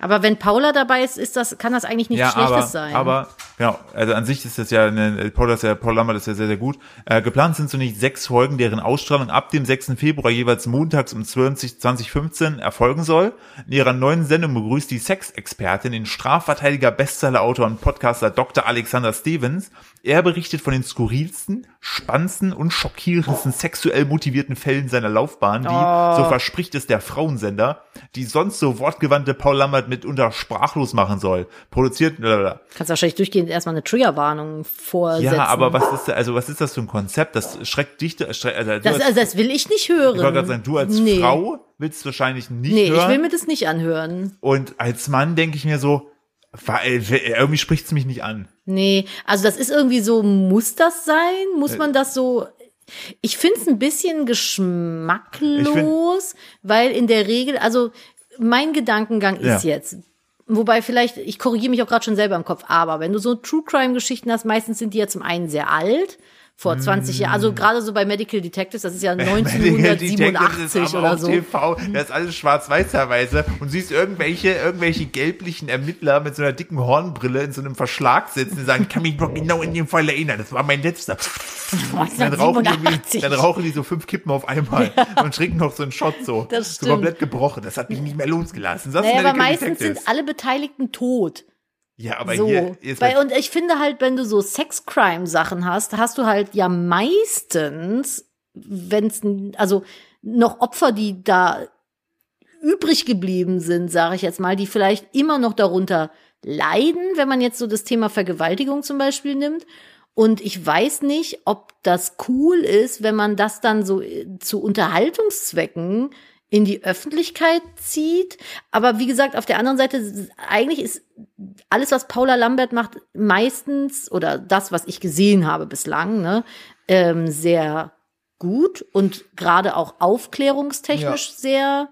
Aber wenn Paula dabei ist, ist das, kann das eigentlich nichts Schlechtes
aber,
sein.
aber, genau, also an sich ist das ja, eine, äh, Paul, ist ja, Paul Lambert ist ja sehr, sehr gut. Äh, geplant sind zunächst sechs Folgen, deren Ausstrahlung ab dem 6. Februar jeweils montags um 20, 2015 erfolgen soll. In ihrer neuen Sendung begrüßt die Sexexpertin den Strafverteidiger, Bestsellerautor und Podcaster Dr. Alexander Stevens. Er berichtet von den skurrilsten, spannendsten und schockierendsten sexuell motivierten Fällen seiner Laufbahn, die, so verspricht es der Frauensender, die sonst so wortgewandte Paul Lambert mitunter sprachlos machen soll. Produziert, blablabla.
Kannst wahrscheinlich durchgehend erstmal eine Triggerwarnung vorsetzen.
Ja, aber was ist, da- also was ist das für ein Konzept? Das schreckt dich, da- schreckt, also, du
Das,
als,
also das will ich nicht hören.
ich wollte gerade sagen, du als
nee.
Frau willst wahrscheinlich nicht
Nee, ich will
hören.
mir das nicht anhören.
und als Mann denke ich mir so, weil, irgendwie spricht's mich nicht an.
Nee, also das ist irgendwie so, muss das sein?
Äh.
Muss man das so. Ich find's ein bisschen geschmacklos, weil in der Regel, also mein Gedankengang ist
Ja.
jetzt. Wobei vielleicht, ich korrigiere mich auch gerade schon selber im Kopf, aber wenn du so True Crime-Geschichten hast, meistens sind die ja zum einen sehr alt, vor
Mm.
20 Jahren, also gerade so bei Medical Detectives, das ist ja
Die denken, das ist
1987
aber
oder
auf
so.
TV, das ist alles schwarz-weiß teilweise und siehst irgendwelche, irgendwelche gelblichen Ermittler mit so einer dicken Hornbrille in so einem Verschlag sitzen und sagen, ich kann mich noch genau in den Fall erinnern, das war mein letzter. Dann rauchen, die, irgendwie-
1987.
dann rauchen die so fünf Kippen auf einmal und trinken noch so einen Shot so.
Das
so
stimmt.
komplett gebrochen. Das hat mich nicht mehr losgelassen. Das
Naja,
sind
aber
Medical
meistens sind
Detectives.
alle Beteiligten tot.
Ja, aber
so.
hier jetzt
Weil, und ich finde halt, wenn du so Sex-Crime-Sachen hast, hast du halt ja meistens, wenn es, also noch Opfer, die da übrig geblieben sind, sage ich jetzt mal, die vielleicht immer noch darunter leiden, wenn man jetzt so das Thema Vergewaltigung zum Beispiel nimmt. Und ich weiß nicht, ob das cool ist, wenn man das dann so äh, zu Unterhaltungszwecken in die Öffentlichkeit zieht. Aber wie gesagt, auf der anderen Seite, s- eigentlich ist alles, was Paula Lambert macht, meistens oder das, was ich gesehen habe bislang, ne, ähm, sehr gut und gerade auch aufklärungstechnisch sehr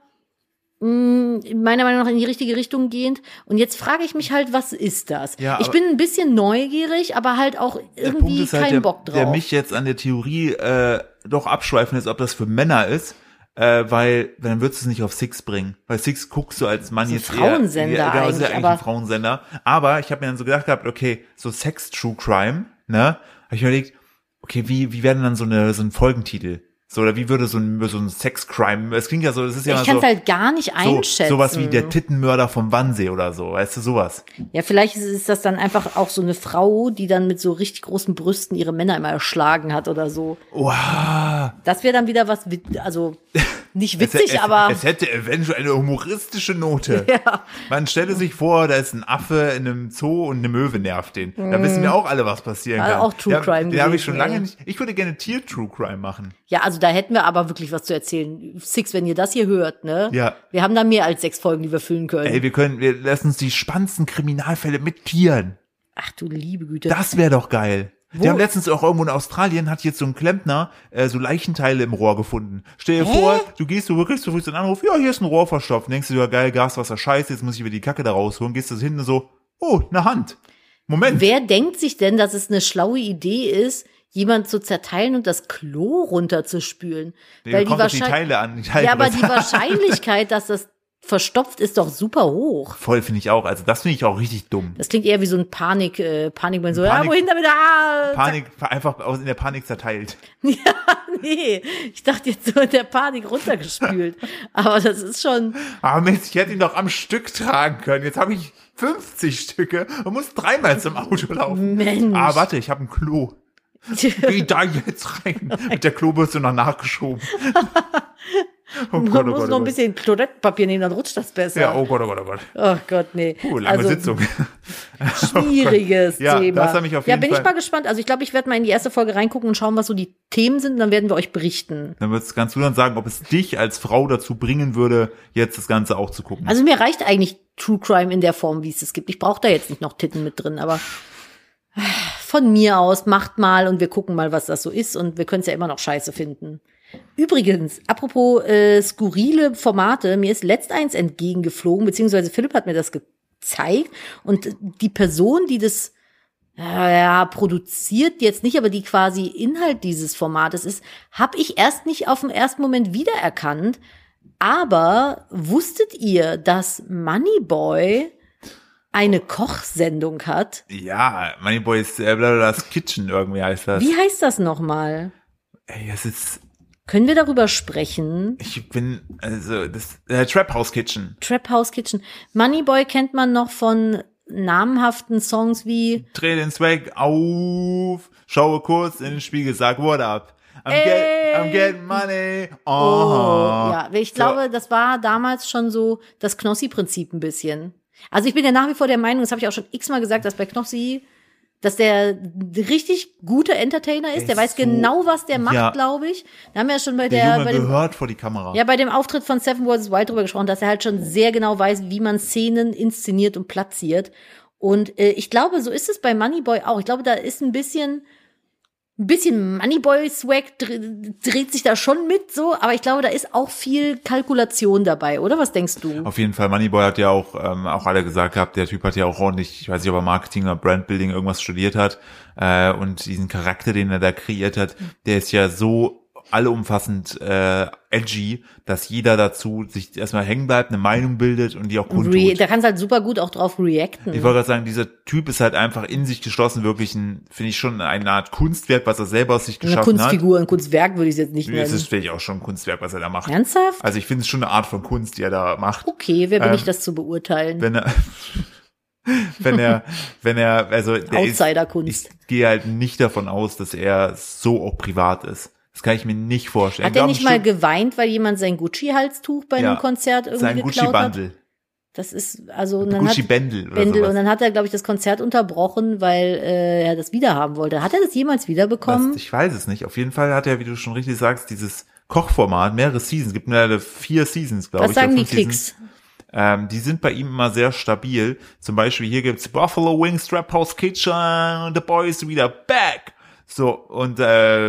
mh, meiner Meinung nach in die richtige Richtung gehend. Und jetzt frage ich mich halt, was ist das?
Ja,
ich
aber-
bin ein bisschen neugierig, aber halt auch
der
irgendwie
halt,
keinen
der,
Bock drauf.
der mich jetzt an der Theorie äh, doch abschweifen ist, ob das für Männer ist. Äh, weil dann würdest du es nicht auf Six bringen. Weil Six guckst du als Mann
ein
jetzt
Frauensender
eher, ja, das ist ja
eigentlich,
eigentlich ein
aber-
Frauensender. Aber ich habe mir dann so gedacht gehabt, okay, so Sex True Crime, ne? Habe ich mir überlegt, okay, wie wie wäre denn dann so eine so ein Folgentitel? So oder wie würde so ein so ein Sex Crime? Es klingt ja so, das ist ja
ich
immer so
kann es halt gar nicht
so
einschätzen.
sowas wie der Tittenmörder vom Wannsee oder so, weißt du sowas?
ja, vielleicht ist- ist das dann einfach auch so eine Frau, die dann mit so richtig großen Brüsten ihre Männer immer erschlagen hat oder so.
Wow.
Das wäre dann wieder was, wit- also nicht
Es-
witzig,
es,
aber
Es hätte eventuell eine humoristische Note. Man stelle sich vor, da ist ein Affe in einem Zoo und eine Möwe nervt den. Da wissen wir auch alle, was passieren
Also
kann.
Mhm. auch True
Den hab-
Crime
Den habe ich
gewesen,
schon lange
ey.
nicht. Ich würde gerne Tier-True Crime machen.
ja, also da hätten wir aber wirklich was zu erzählen. Six, wenn ihr das hier hört, ne?
Ja.
Wir haben da mehr als sechs Folgen, die wir füllen können.
Ey, wir können, wir lassen uns die spannendsten Kriminalfälle mit Tieren.
Ach du liebe Güte.
Das wäre doch geil.
Wo-
Die haben letztens auch irgendwo in Australien hat jetzt so ein Klempner äh, so Leichenteile im Rohr gefunden. Stell dir vor, du gehst, du kriegst so früh so einen Anruf, ja, hier ist ein Rohr verstopft. Denkst du, ja geil, Gaswasser, scheiße, jetzt muss ich wieder die Kacke da rausholen. Gehst du hin und so, oh, eine Hand. Moment.
Wer denkt sich denn, dass es eine schlaue Idee ist, jemand zu zerteilen und das Klo runterzuspülen?
Nee, da kommt auf die Teile an. Die Teile
ja, aber
was-
die Wahrscheinlichkeit, dass das verstopft, ist doch super hoch.
Voll finde ich auch. Also das finde ich auch richtig dumm.
Das klingt eher wie so ein Panik, äh, Panikmoment. So,
Panik-
ah, wohin damit? Ah,
Panik, einfach aus, in der Panik zerteilt.
nee. Ich dachte jetzt so in der Panik runtergespült. aber das ist schon,
Ah Mist, ich hätte ihn doch am Stück tragen können. Jetzt habe ich 50 Stücke und muss dreimal zum Auto laufen.
Mensch.
Ah, warte, ich habe ein Klo. Geh da jetzt rein. Mit der Klobürste noch nachgeschoben. Oh
man muss noch ein bisschen Klorettpapier nehmen, dann rutscht das besser.
Ja, oh Gott, oh Gott, oh Gott.
Oh Gott, nee.
Oh, lange Sitzung.
schwieriges
Ja,
Thema.
das hat mich auf
ja,
jeden
bin
Fall-
ich mal gespannt. Also ich glaube, ich werde mal in die erste Folge reingucken und schauen, was so die Themen sind. Und dann werden wir euch berichten.
Dann würdest, kannst du dann sagen, ob es dich als Frau dazu bringen würde, jetzt das Ganze auch zu gucken.
Also mir reicht eigentlich True Crime in der Form, wie es es gibt. Ich brauche da jetzt nicht noch Titten mit drin, aber von mir aus macht mal und wir gucken mal, was das so ist und wir können es ja immer noch scheiße finden. Übrigens, apropos äh, skurrile Formate, mir ist letzt eins entgegengeflogen, beziehungsweise Philipp hat mir das gezeigt und die Person, die das äh, ja, produziert jetzt nicht, aber die quasi Inhalt dieses Formates ist, habe ich erst nicht auf den ersten Moment wiedererkannt. Aber wusstet ihr, dass Moneyboy eine Kochsendung hat?
ja, Money Boys, äh, Blabla's Kitchen irgendwie heißt das.
Wie heißt das nochmal?
Ey, das ist,
Können wir darüber sprechen?
ich bin, also, das, äh, Trap House Kitchen.
Trap House Kitchen. Moneyboy kennt man noch von namenhaften Songs wie
Dreh den Swag auf, schaue kurz in den Spiegel, sag what up. I'm,
Ey.
get, I'm getting money. Oh,
Oh, ja, ich
So.
glaube, das war damals schon so das Knossi-Prinzip ein bisschen. Also ich bin ja nach wie vor der Meinung, das habe ich auch schon x-mal gesagt, dass bei Knossi, dass der ein richtig guter Entertainer ist,
Ey,
der weiß
so-
genau, was der macht,
Ja.
glaube ich. Da haben wir ja schon bei
der,
der, bei
Junge
dem
gehört vor die Kamera.
ja, bei dem Auftritt von Seven vs. Wild drüber gesprochen, dass er halt schon sehr genau weiß, wie man Szenen inszeniert und platziert. Und äh, ich glaube, so ist es bei Moneyboy auch. Ich glaube, da ist ein bisschen, ein bisschen Moneyboy-Swag dr- dreht sich da schon mit, so. Aber ich glaube, da ist auch viel Kalkulation dabei, oder? Was denkst du?
Auf jeden Fall, Moneyboy hat ja auch, ähm, auch alle gesagt gehabt, der Typ hat ja auch ordentlich, ich weiß nicht, ob er Marketing oder Brandbuilding irgendwas studiert hat. Äh, und diesen Charakter, den er da kreiert hat,
Mhm.
der ist ja so allumfassend äh, edgy, dass jeder dazu sich erstmal hängen bleibt, eine Meinung bildet und die auch kundtut.
Re da kannst du halt super gut auch drauf reacten.
Ich wollte gerade sagen, dieser Typ ist halt einfach in sich geschlossen, wirklich ein, finde ich schon eine Art Kunstwerk, was er selber aus sich
Eine
geschaffen hat.
Kunstfigur, ein Kunstwerk würde ich es jetzt nicht
Es ist
nennen.
vielleicht auch schon ein Kunstwerk, was er da macht.
Ernsthaft?
Also ich finde es schon eine Art von Kunst, die er da macht.
Okay, wer bin
Ähm,
ich, das zu beurteilen?
Wenn er, wenn er, wenn er, also der ist, ich
Outsider-Kunst.
gehe halt nicht davon aus, dass er so auch privat ist. Das kann ich mir nicht vorstellen.
Hat er
Glaub,
nicht mal
bestimmt
geweint, weil jemand sein Gucci-Halstuch bei
Ja,
einem Konzert irgendwie
sein
geklaut
Gucci
hat?
Bundle,
Das ist, also, und dann
Gucci
hat
Bändel oder
Bändel,
sowas.
und dann hat er, glaube ich, das Konzert unterbrochen, weil äh, er das wiederhaben wollte. Hat er das jemals wiederbekommen?
Was, ich weiß es nicht. Auf jeden Fall hat er, wie du schon richtig sagst, dieses Kochformat, mehrere Seasons, gibt mittlerweile vier Seasons, glaube
Was
ich.
sagen
oder
die
fünf Seasons.
Klicks?
Ähm, die sind bei ihm immer sehr stabil. Zum Beispiel hier gibt's Buffalo Wings, Trap House Kitchen, The Boys wieder back. So, und äh,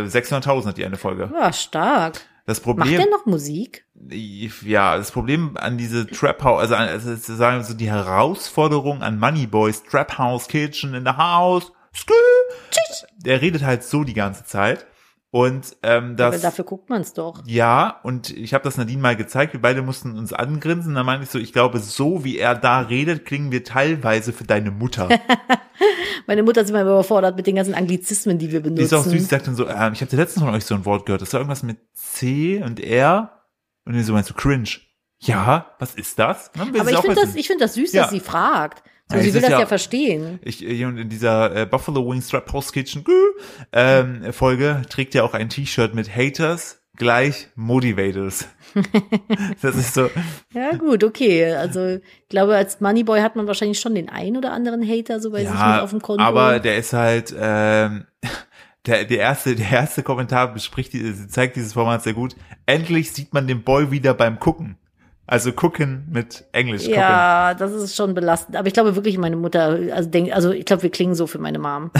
600.000 hat die eine Folge.
Ja, stark.
Das
Macht
Problem,
er noch Musik?
ja, das Problem an diese Trap House, also, an, also sozusagen so die Herausforderung an Money Boys, Trap House Kitchen in the House, skü, der redet halt so die ganze Zeit. Und ähm,
Aber
das
dafür guckt man es doch.
ja, und ich habe das Nadine mal gezeigt, wir beide mussten uns angrinsen. Da meinte ich so, ich glaube, so wie er da redet, klingen wir teilweise für deine Mutter.
Meine Mutter ist immer überfordert mit den ganzen Anglizismen, die wir benutzen.
Die ist auch süß, die sagt dann so, ähm, ich habe letztens von euch so ein Wort gehört, das war irgendwas mit C und R. Und dann so meinst du cringe. Ja, was ist das? Und dann will
Aber
sie
ich
auch
finde das,
wissen.
ich find das süß,
Ja.
dass sie fragt. So,
Ja,
sie
es
will
ist
das ja,
ja-
verstehen.
Ich, äh, und in dieser äh, Buffalo Wings Trap House Kitchen gü, ähm, Folge trägt ja auch ein T-Shirt mit Haters gleich Motivators. das ist so,
Ja, gut, okay. Also, ich glaube, als Moneyboy hat man wahrscheinlich schon den einen oder anderen Hater so bei sich mit auf dem Konto.
Aber der ist halt, ähm, der, der erste, der erste Kommentar bespricht, die- zeigt dieses Format sehr gut. Endlich sieht man den Boy wieder beim Gucken. Also gucken mit Englisch gucken.
Ja, das ist schon belastend. Aber ich glaube wirklich, meine Mutter, also denkt, also ich glaube, wir klingen so für meine Mom.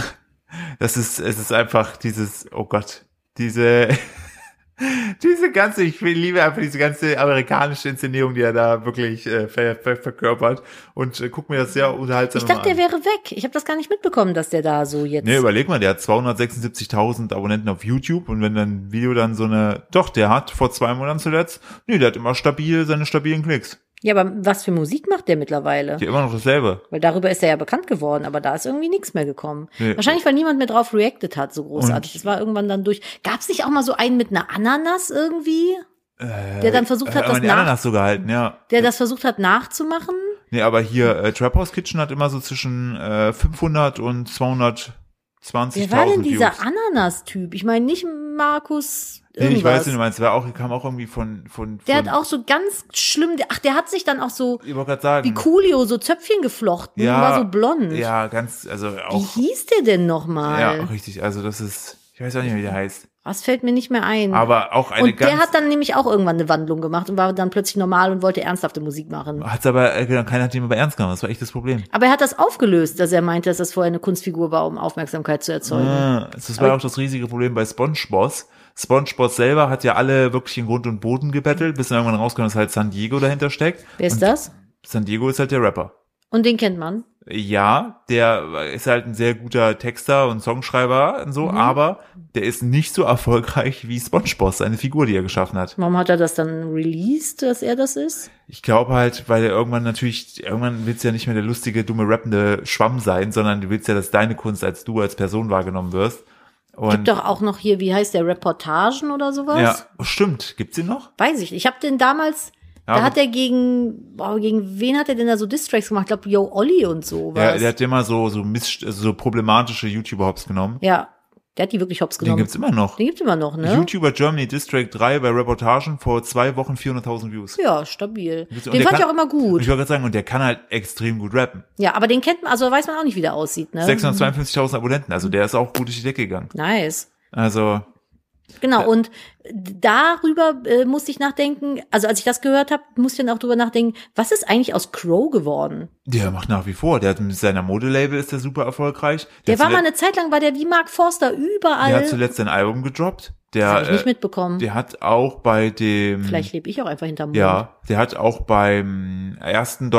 Das ist, es ist einfach dieses, oh Gott, diese, diese ganze, ich will- liebe einfach diese ganze amerikanische Inszenierung, die er da wirklich äh, ver, ver, verkörpert und äh, guck mir das sehr unterhaltsam
Ich dachte,
immer
der
an.
wäre weg. Ich habe das gar nicht mitbekommen, dass der da so jetzt.
Nee, überleg mal, der hat 276.000 Abonnenten auf YouTube und wenn dann ein Video dann so eine, doch, der hat vor zwei Monaten zuletzt, nee, der hat immer stabil seine stabilen Klicks.
ja, aber was für Musik macht der mittlerweile?
Die immer noch dasselbe.
Weil darüber ist er ja bekannt geworden, aber da ist irgendwie nichts mehr gekommen.
Nee.
Wahrscheinlich, weil niemand mehr drauf reacted hat, so großartig. Das war irgendwann dann durch. Gab es nicht auch mal so einen mit einer Ananas irgendwie? der dann versucht hat,
Äh, aber
das
die
nach,
Ananas so gehalten, ja.
der das versucht hat nachzumachen?
Nee, aber hier, äh, Trap House Kitchen hat immer so zwischen äh, 500 und 220.000
Wer war denn dieser
Views.
Ananas-Typ? Ich meine, nicht Markus.
Nee,
Irgendwas.
ich weiß nicht, du meinst, war auch, kam auch irgendwie von, von, von
Der hat auch so ganz schlimm, ach, der hat sich dann auch so
ich wollte gerade sagen,
wie Coolio so Zöpfchen geflochten
Hm. ja,
und war so blond.
Ja, ganz, also
Wie
auch,
hieß der denn
ja,
nochmal?
richtig, also das ist, ich weiß auch nicht, wie der heißt,
Was fällt mir nicht mehr ein.
aber auch eine
und
ganz,
der hat dann nämlich auch irgendwann eine Wandlung gemacht und war dann plötzlich normal und wollte ernsthafte Musik machen.
hat's aber, äh, genau, keiner hat ihn aber ernst genommen, das war echt das Problem.
Aber er hat das aufgelöst, dass er meinte, dass das vorher eine Kunstfigur war, um Aufmerksamkeit zu erzeugen.
Ah, Das war ja auch das riesige Problem bei SpongeBob. SpongeBob selber hat ja alle wirklich in Grund und Boden gebettelt, bis dann irgendwann rauskam, dass halt San Diego dahinter steckt.
Wer ist
und
das?
San Diego ist halt der Rapper.
Und den kennt man.
Ja, der ist halt ein sehr guter Texter und Songschreiber und so,
Mhm.
aber der ist nicht so erfolgreich wie SpongeBob, seine Figur, die er geschaffen hat.
Warum hat er das dann released, dass er das ist?
Ich glaube halt, weil er irgendwann natürlich, irgendwann willst du ja nicht mehr der lustige, dumme, rappende Schwamm sein, sondern du willst ja, dass deine Kunst als du, als Person wahrgenommen wirst. Und
Gibt doch auch noch hier, wie heißt der, Reportagen oder sowas?
ja, oh, stimmt. Gibt's ihn noch?
Weiß ich. nicht. Ich habe den damals,
Ja,
da
aber-
hat er gegen, boah, gegen wen hat er denn da so Distracks gemacht? Ich glaube, Yo Olli und so.
Ja,
war's.
der hat immer so, so, miss, also so problematische YouTuber hops genommen.
ja, der hat die wirklich hops
Den
genommen.
gibt's immer noch.
Den gibt's immer noch, ne?
YouTuber Germany District 3 bei Reportagen vor zwei Wochen 400.000 Views.
Ja, stabil.
Und
Den
der
fand ich
kann-
auch immer
Ich
gut.
wollte gerade sagen, und der kann halt extrem gut rappen.
Ja, aber den kennt man, also weiß man auch nicht, wie der aussieht, ne?
652.000 Abonnenten, also der ist auch gut durch die Decke gegangen.
Nice.
Also,
Genau, und darüber äh, musste ich nachdenken, also als ich das gehört habe, musste ich dann auch drüber nachdenken, was ist eigentlich aus Crow geworden?
der macht nach wie vor. Der hat mit seiner Modelabel ist der super erfolgreich.
Der
hat
war mal
zuletzt-
eine Zeit lang, war der wie Mark Forster überall.
Der hat zuletzt ein Album gedroppt. Der,
das habe ich nicht
äh,
mitbekommen.
der hat auch bei dem.
Vielleicht lebe ich auch einfach hinterm Mond.
Ja, der hat auch beim ersten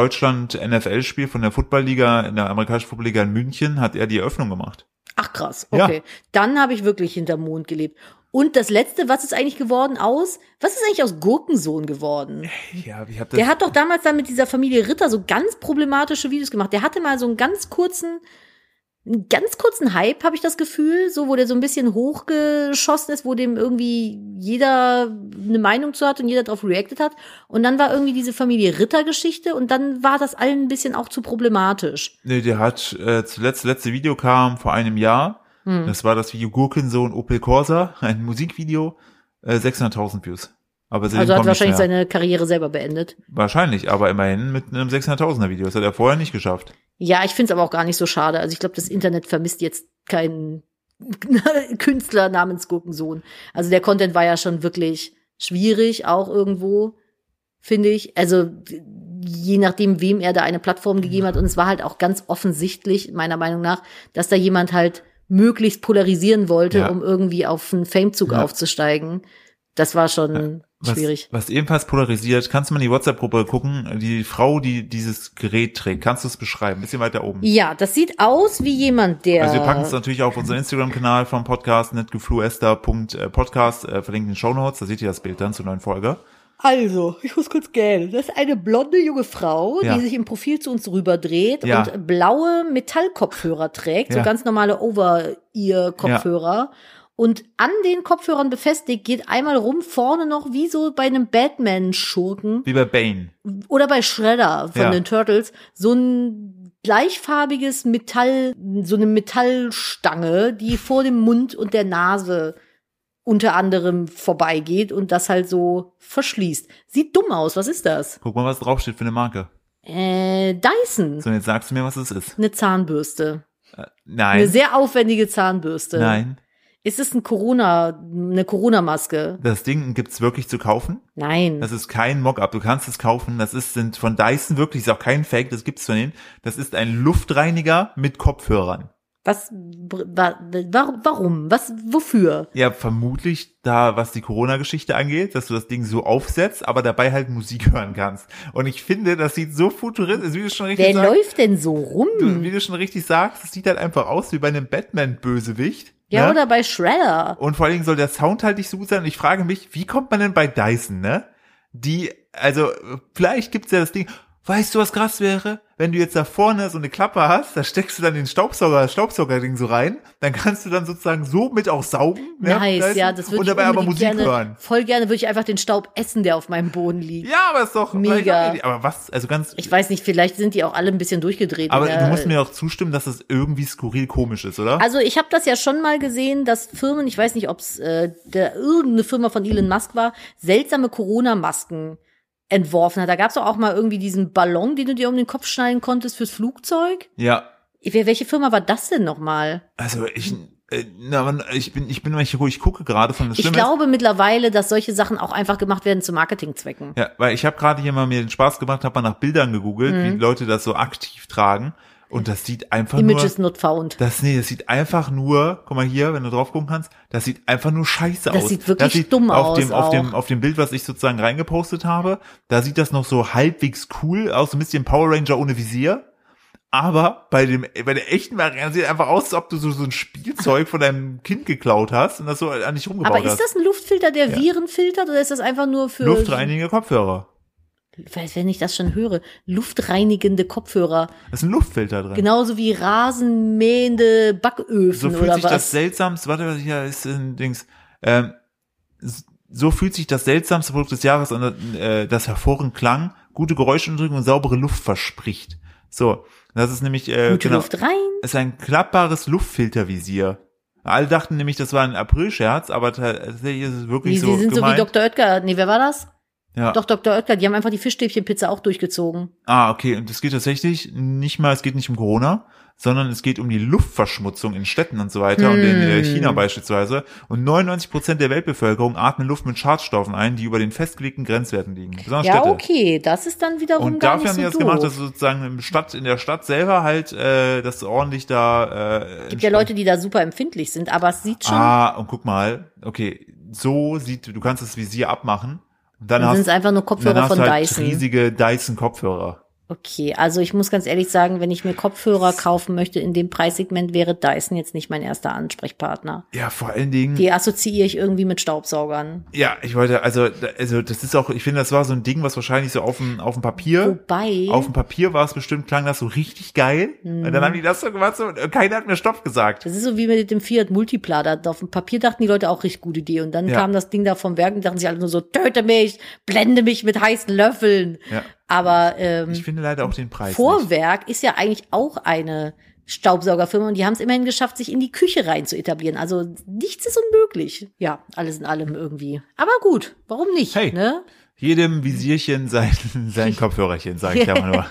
Deutschland-NFL-Spiel von der Footballliga in der amerikanischen Footballliga in München hat er die Eröffnung gemacht.
Ach krass,
Ja.
okay. Dann habe ich wirklich hinterm Mond gelebt. Und das letzte, was ist eigentlich geworden aus? Was ist eigentlich aus Gurkensohn geworden?
Ja, ich hab das.
Der hat doch damals dann mit dieser Familie Ritter so ganz problematische Videos gemacht. Der hatte mal so einen ganz kurzen, einen ganz kurzen Hype, habe ich das Gefühl, so wo der so ein bisschen hochgeschossen ist, wo dem irgendwie jeder eine Meinung zu hat und jeder drauf reacted hat. Und dann war irgendwie diese Familie Ritter-Geschichte und dann war das allen ein bisschen auch zu problematisch.
nee, der hat äh, zuletzt, letzte Video kam vor einem Jahr.
Mhm. Hm.
Das war das Video Gurkensohn Opel Corsa, ein Musikvideo, äh, 600.000 Views. Aber seitdem
Also hat
kommt nichts
wahrscheinlich
mehr.
seine Karriere selber beendet.
Wahrscheinlich, aber immerhin mit einem 600.000er Video. Das hat er vorher nicht geschafft.
Ja, ich finde es aber auch gar nicht so schade. Also ich glaube, das Internet vermisst jetzt keinen Künstler namens Gurkensohn. Also der Content war ja schon wirklich schwierig, auch irgendwo, finde ich. Also je nachdem, wem er da eine Plattform gegeben hat. Und es war halt auch ganz offensichtlich, meiner Meinung nach, dass da jemand halt möglichst polarisieren wollte,
Ja.
um irgendwie auf einen Famezug
Ja.
aufzusteigen. Das war schon
Was,
schwierig.
was ebenfalls polarisiert, kannst du mal in die WhatsApp-Gruppe gucken, die Frau, die dieses Gerät trägt, kannst du es beschreiben? bisschen weiter oben.
Ja, das sieht aus wie jemand, der.
Also wir packen es natürlich auf unseren Instagram-Kanal vom Podcast, netgefluester.podcast, äh, verlinkt in den Show Notes, da seht ihr das Bild dann zur neuen Folge.
Also, ich muss kurz gähnen. Das ist eine blonde junge Frau,
Ja.
die sich im Profil zu uns rüberdreht
Ja.
und blaue Metallkopfhörer trägt, so
Ja.
ganz normale Over-Ear-Kopfhörer. Und an den Kopfhörern befestigt geht einmal rum vorne noch wie so bei einem Batman-Schurken
Wie bei Bane.
oder bei Shredder von
Ja.
den Turtles so ein gleichfarbiges Metall, so eine Metallstange, die vor dem Mund und der Nase unter anderem vorbeigeht und das halt so verschließt. Sieht dumm aus, was ist das?
Guck mal, was draufsteht für eine Marke.
Äh, Dyson.
So, und jetzt sagst du mir, was es ist.
Eine Zahnbürste. Eine
Nein,
sehr aufwendige Zahnbürste.
nein.
Ist es ein Corona, eine Corona-Maske?
Das Ding gibt's wirklich zu kaufen.
Nein.
Das ist kein Mockup. Du kannst es kaufen. Das ist, sind von Dyson wirklich, ist auch kein Fake, das gibt's von denen. Das ist ein Luftreiniger mit Kopfhörern.
Was, wa, wa, warum? Was, wofür?
Ja, vermutlich da, was die Corona-Geschichte angeht, dass du das Ding so aufsetzt, aber dabei halt Musik hören kannst. Und ich finde, das sieht so futuristisch, also wie du schon richtig
Wer
sagst.
läuft denn so rum?
Du, wie du schon richtig sagst, es sieht halt einfach aus wie bei einem Batman-Bösewicht.
Ja,
ne?
oder bei Shredder.
Und vor allen Dingen soll der Sound halt nicht so gut sein. Und ich frage mich, wie kommt man denn bei Dyson, ne? Die, also, vielleicht gibt's ja das Ding, Weißt du, was krass wäre? Wenn du jetzt da vorne so eine Klappe hast, da steckst du dann den Staubsauger, das Staubsaugerding so rein, dann kannst du dann sozusagen so mit auch saugen. ne?
Nice,
Weißt du?
ja, das würde
Und
ich
dabei aber
unbedingt
Musik
gerne,
hören.
Voll gerne würde ich einfach den Staub essen, der auf meinem Boden liegt.
Ja, aber ist doch
Mega.
Aber was, also ganz,
Ich weiß nicht, vielleicht sind die auch alle ein bisschen durchgedreht.
aber
in
du
der-
musst mir auch zustimmen, dass es irgendwie skurril komisch ist, oder?
also ich habe das ja schon mal gesehen, dass Firmen, ich weiß nicht, ob es äh, der- irgendeine Firma von Elon Musk war, seltsame Corona-Masken entworfen hat. Da gab es auch mal irgendwie diesen Ballon, den du dir um den Kopf schneiden konntest fürs Flugzeug.
ja.
Wer- Welche Firma war das denn nochmal?
Also ich, äh, na, aber ich bin, ich bin, ich, ich gucke gerade von das
Ich
Schlimme ist-
glaube mittlerweile, dass solche Sachen auch einfach gemacht werden zu Marketingzwecken.
Ja, weil ich habe gerade hier mal mir den Spaß gemacht, habe mal nach Bildern gegoogelt,
Mhm.
wie Leute das so aktiv tragen. Und das sieht einfach
Images
nur.
not found.
Das, nee, das sieht einfach nur, guck mal hier, wenn du drauf gucken kannst, das sieht einfach nur scheiße aus.
Das sieht wirklich dumm
auf Dem,
aus
auf, dem,
auch.
auf dem Bild, was ich sozusagen reingepostet habe, da sieht das noch so halbwegs cool aus, so ein bisschen Power Ranger ohne Visier. Aber bei dem, bei der echten Variante sieht einfach aus, als ob du so, so ein Spielzeug von deinem Kind geklaut hast und das so an dich rumgebaut
Aber ist
hast.
das ein Luftfilter, der
Ja.
Viren filtert oder ist das einfach nur für
Luftreinige Kopfhörer.
Weiß, wenn ich das schon höre, luftreinigende Kopfhörer,
Da ist ein Luftfilter drin.
genauso wie rasenmähende
so
Backöfen
fühlt
oder
sich das
was?
seltsamste, warte, warte, hier ist ein Dings, ähm, s- so fühlt sich das seltsamste Produkt des Jahres an, äh, das hervorragend Klang, gute Geräuschunterdrückung und saubere Luft verspricht. So, das ist nämlich, äh,
Gute
genau,
Luft rein.
ist ein klappbares Luftfiltervisier. Alle dachten nämlich, das war ein Aprilscherz, aber tatsächlich ist es wirklich
Die,
so
die sind
gemeint.
so wie Dr. Oetker. Nee, wer war das?
ja.
Doch, Dr. Oetker, die haben einfach die Fischstäbchenpizza auch durchgezogen.
Ah, okay, und es geht tatsächlich nicht mal, es geht nicht um Corona, sondern es geht um die Luftverschmutzung in Städten und so weiter und in äh, China
Hm.
beispielsweise. Und 99 Prozent der Weltbevölkerung atmen Luft mit Schadstoffen ein, die über den festgelegten Grenzwerten liegen. Besonders
Ja,
Städte.
okay, das ist dann wiederum
Und
gar
dafür
nicht
haben
so
die das
doof.
gemacht, dass sozusagen im Stadt, in der Stadt selber halt, äh, das ordentlich da. Äh,
gibt ja Leute, die da super empfindlich sind, aber es sieht schon,
Ah, und guck mal, okay, so sieht, du kannst das Visier abmachen. Und dann,
dann sind
hast,
es einfach nur
dann
Kopfhörer
hast
von
du halt
Dyson.
riesige Dyson-Kopfhörer.
Okay, also ich muss ganz ehrlich sagen, wenn ich mir Kopfhörer kaufen möchte in dem Preissegment, wäre Dyson jetzt nicht mein erster Ansprechpartner.
Ja, vor allen Dingen.
Die assoziiere ich irgendwie mit Staubsaugern.
Ja, ich wollte, also, also das ist auch, ich finde, das war so ein Ding, was wahrscheinlich so auf dem, auf dem Papier,
Wobei,
auf dem Papier war es bestimmt, klang das so richtig geil. Und dann haben die das so gemacht so, und keiner hat mir Stopp gesagt.
Mhm. das ist so wie mit dem Fiat Multipla. Da auf dem Papier dachten die Leute auch richtig gute Idee. Und dann
Ja.
kam das Ding da vom Werk und dachten sich alle nur so, töte mich, blende mich mit heißen Löffeln.
Ja.
Aber ähm,
Ich finde leider auch den Preis. nicht.
Vorwerk ist ja eigentlich auch eine Staubsaugerfirma und die haben es immerhin geschafft, sich in die Küche rein zu etablieren. Also nichts ist unmöglich. Ja, alles in allem irgendwie. Aber gut, warum nicht?
Hey.
Ne?
Jedem Visierchen sein, sein Kopfhörerchen, sage ich einfach nur.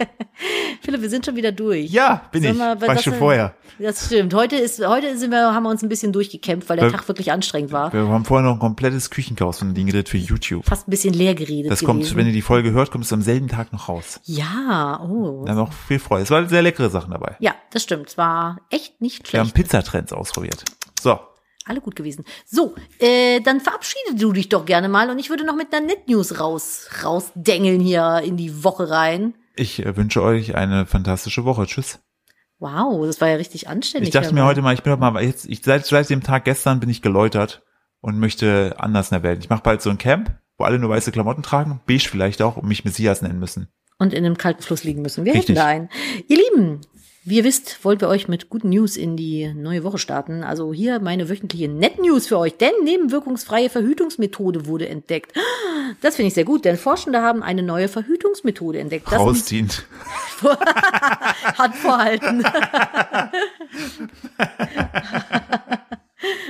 Philipp, wir sind schon wieder durch.
Ja, bin
Sag
ich.
mal,
war ich
das-
schon vorher.
Das stimmt. Heute ist, heute sind wir, haben wir uns ein bisschen durchgekämpft, weil der
Wir-
Tag wirklich anstrengend war.
Wir haben vorher noch ein komplettes Küchenchaos von Ding geredet für YouTube.
Fast ein bisschen leer geredet.
Das
gewesen.
kommt, wenn ihr die Folge hört, kommt es am selben Tag noch raus.
ja, oh.
Wir haben auch viel Freude. Es waren sehr leckere Sachen dabei.
Ja, das stimmt. Es war echt nicht
Wir haben
schlecht.
Pizzatrends ausprobiert. So.
Alle gut gewesen. So, äh, dann verabschiede du dich doch gerne mal und ich würde noch mit einer Net News raus, rausdengeln hier in die Woche rein.
Ich äh, wünsche euch eine fantastische Woche. Tschüss.
Wow, das war ja richtig anständig.
Ich dachte mir
Hermann.
heute mal, ich bin doch mal jetzt, ich seit, seit dem Tag gestern bin ich geläutert und möchte anders in der Welt. Ich mache bald so ein Camp, wo alle nur weiße Klamotten tragen, beige vielleicht auch und mich Messias nennen müssen.
Und in einem kalten Fluss liegen müssen. Wir
Richtig.
hätten da einen. Ihr Lieben, wie ihr wisst, wollen wir euch mit guten News in die neue Woche starten. Also hier meine wöchentliche Net News für euch, denn nebenwirkungsfreie Verhütungsmethode wurde entdeckt. Das finde ich sehr gut, denn Forschende haben eine neue Verhütungsmethode entdeckt. Das uns
Rausziehen.
Handvorhalten.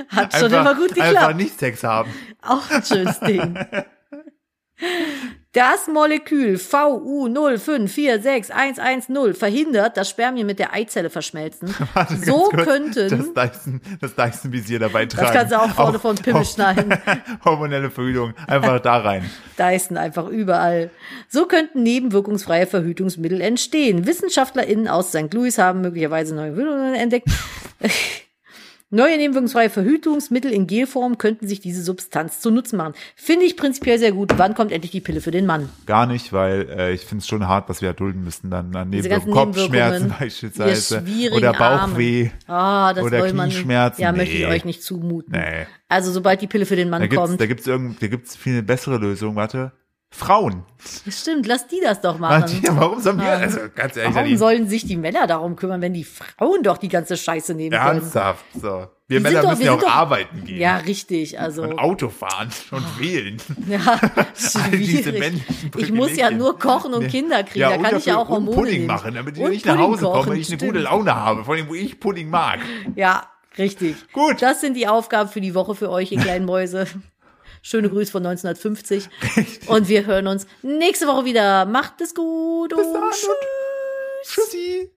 Hat schon immer gut
Einfach
geklappt.
nicht Sex haben.
Auch ein schönes Ding. Das Molekül VU0546110 verhindert, dass Spermien mit der Eizelle verschmelzen.
Warte, ganz
so
kurz,
könnten,
Das Dyson, das Dyson-Visier dabei tragen.
das kannst du auch vorne
Auf-
vom Pimmel
auf-
schneiden.
Hormonelle Verhütung. Einfach da rein.
Dyson einfach überall. So könnten nebenwirkungsfreie Verhütungsmittel entstehen. WissenschaftlerInnen aus St. Louis haben möglicherweise neue Wirkungen entdeckt. Neue nebenwirkungsfreie Verhütungsmittel in Gelform könnten sich diese Substanz zu Nutzen machen. Finde ich prinzipiell sehr gut. Wann kommt endlich die Pille für den Mann?
Gar nicht, weil äh, ich finde es schon hart, was wir erdulden müssen dann an
Diese
Nebenwirkungen.
ganzen
Kopfschmerzen
Nebenwirkungen.
beispielsweise
Ihr schwierigen
oder Bauchweh.
Ah, das
Oder
soll man nicht.
Knieschmerzen.
Ja, möchte ich
Nee.
euch nicht zumuten.
Nee.
Also sobald die Pille für den Mann
Da gibt's,
kommt.
da gibt's irgend, da gibt's viel eine bessere Lösung. Warte, Frauen.
Stimmt, lass die das doch machen.
Martina, warum sollen wir, also ganz ehrlich,
Warum
Nadine,
sollen sich die Männer darum kümmern, wenn die Frauen doch die ganze Scheiße nehmen können?
ernsthaft, so. Wir
sind
Männer
doch-
müssen
wir
ja auch
sind doch-
arbeiten gehen.
Ja, richtig. Also
Und Auto fahren und wählen.
ja,
All diese
schwierig.
Menschen-
Ich muss ja
Privilegien.
nur kochen und Kinder kriegen. da
und
kann ich ja
dafür-
auch Hormone
und Pudding
nehmen.
machen, damit ich
Und
nicht nach Hause
Pudding kochen,
komme, wenn ich eine gute
stimmt.
Laune habe, vor allem, wo ich Pudding mag.
Ja, richtig.
Gut.
Das sind die Aufgaben für die Woche für euch, ihr kleinen Mäuse. Schöne Grüße von 1950. Und wir hören uns nächste Woche wieder. Macht es gut. Bis
Tschüssi.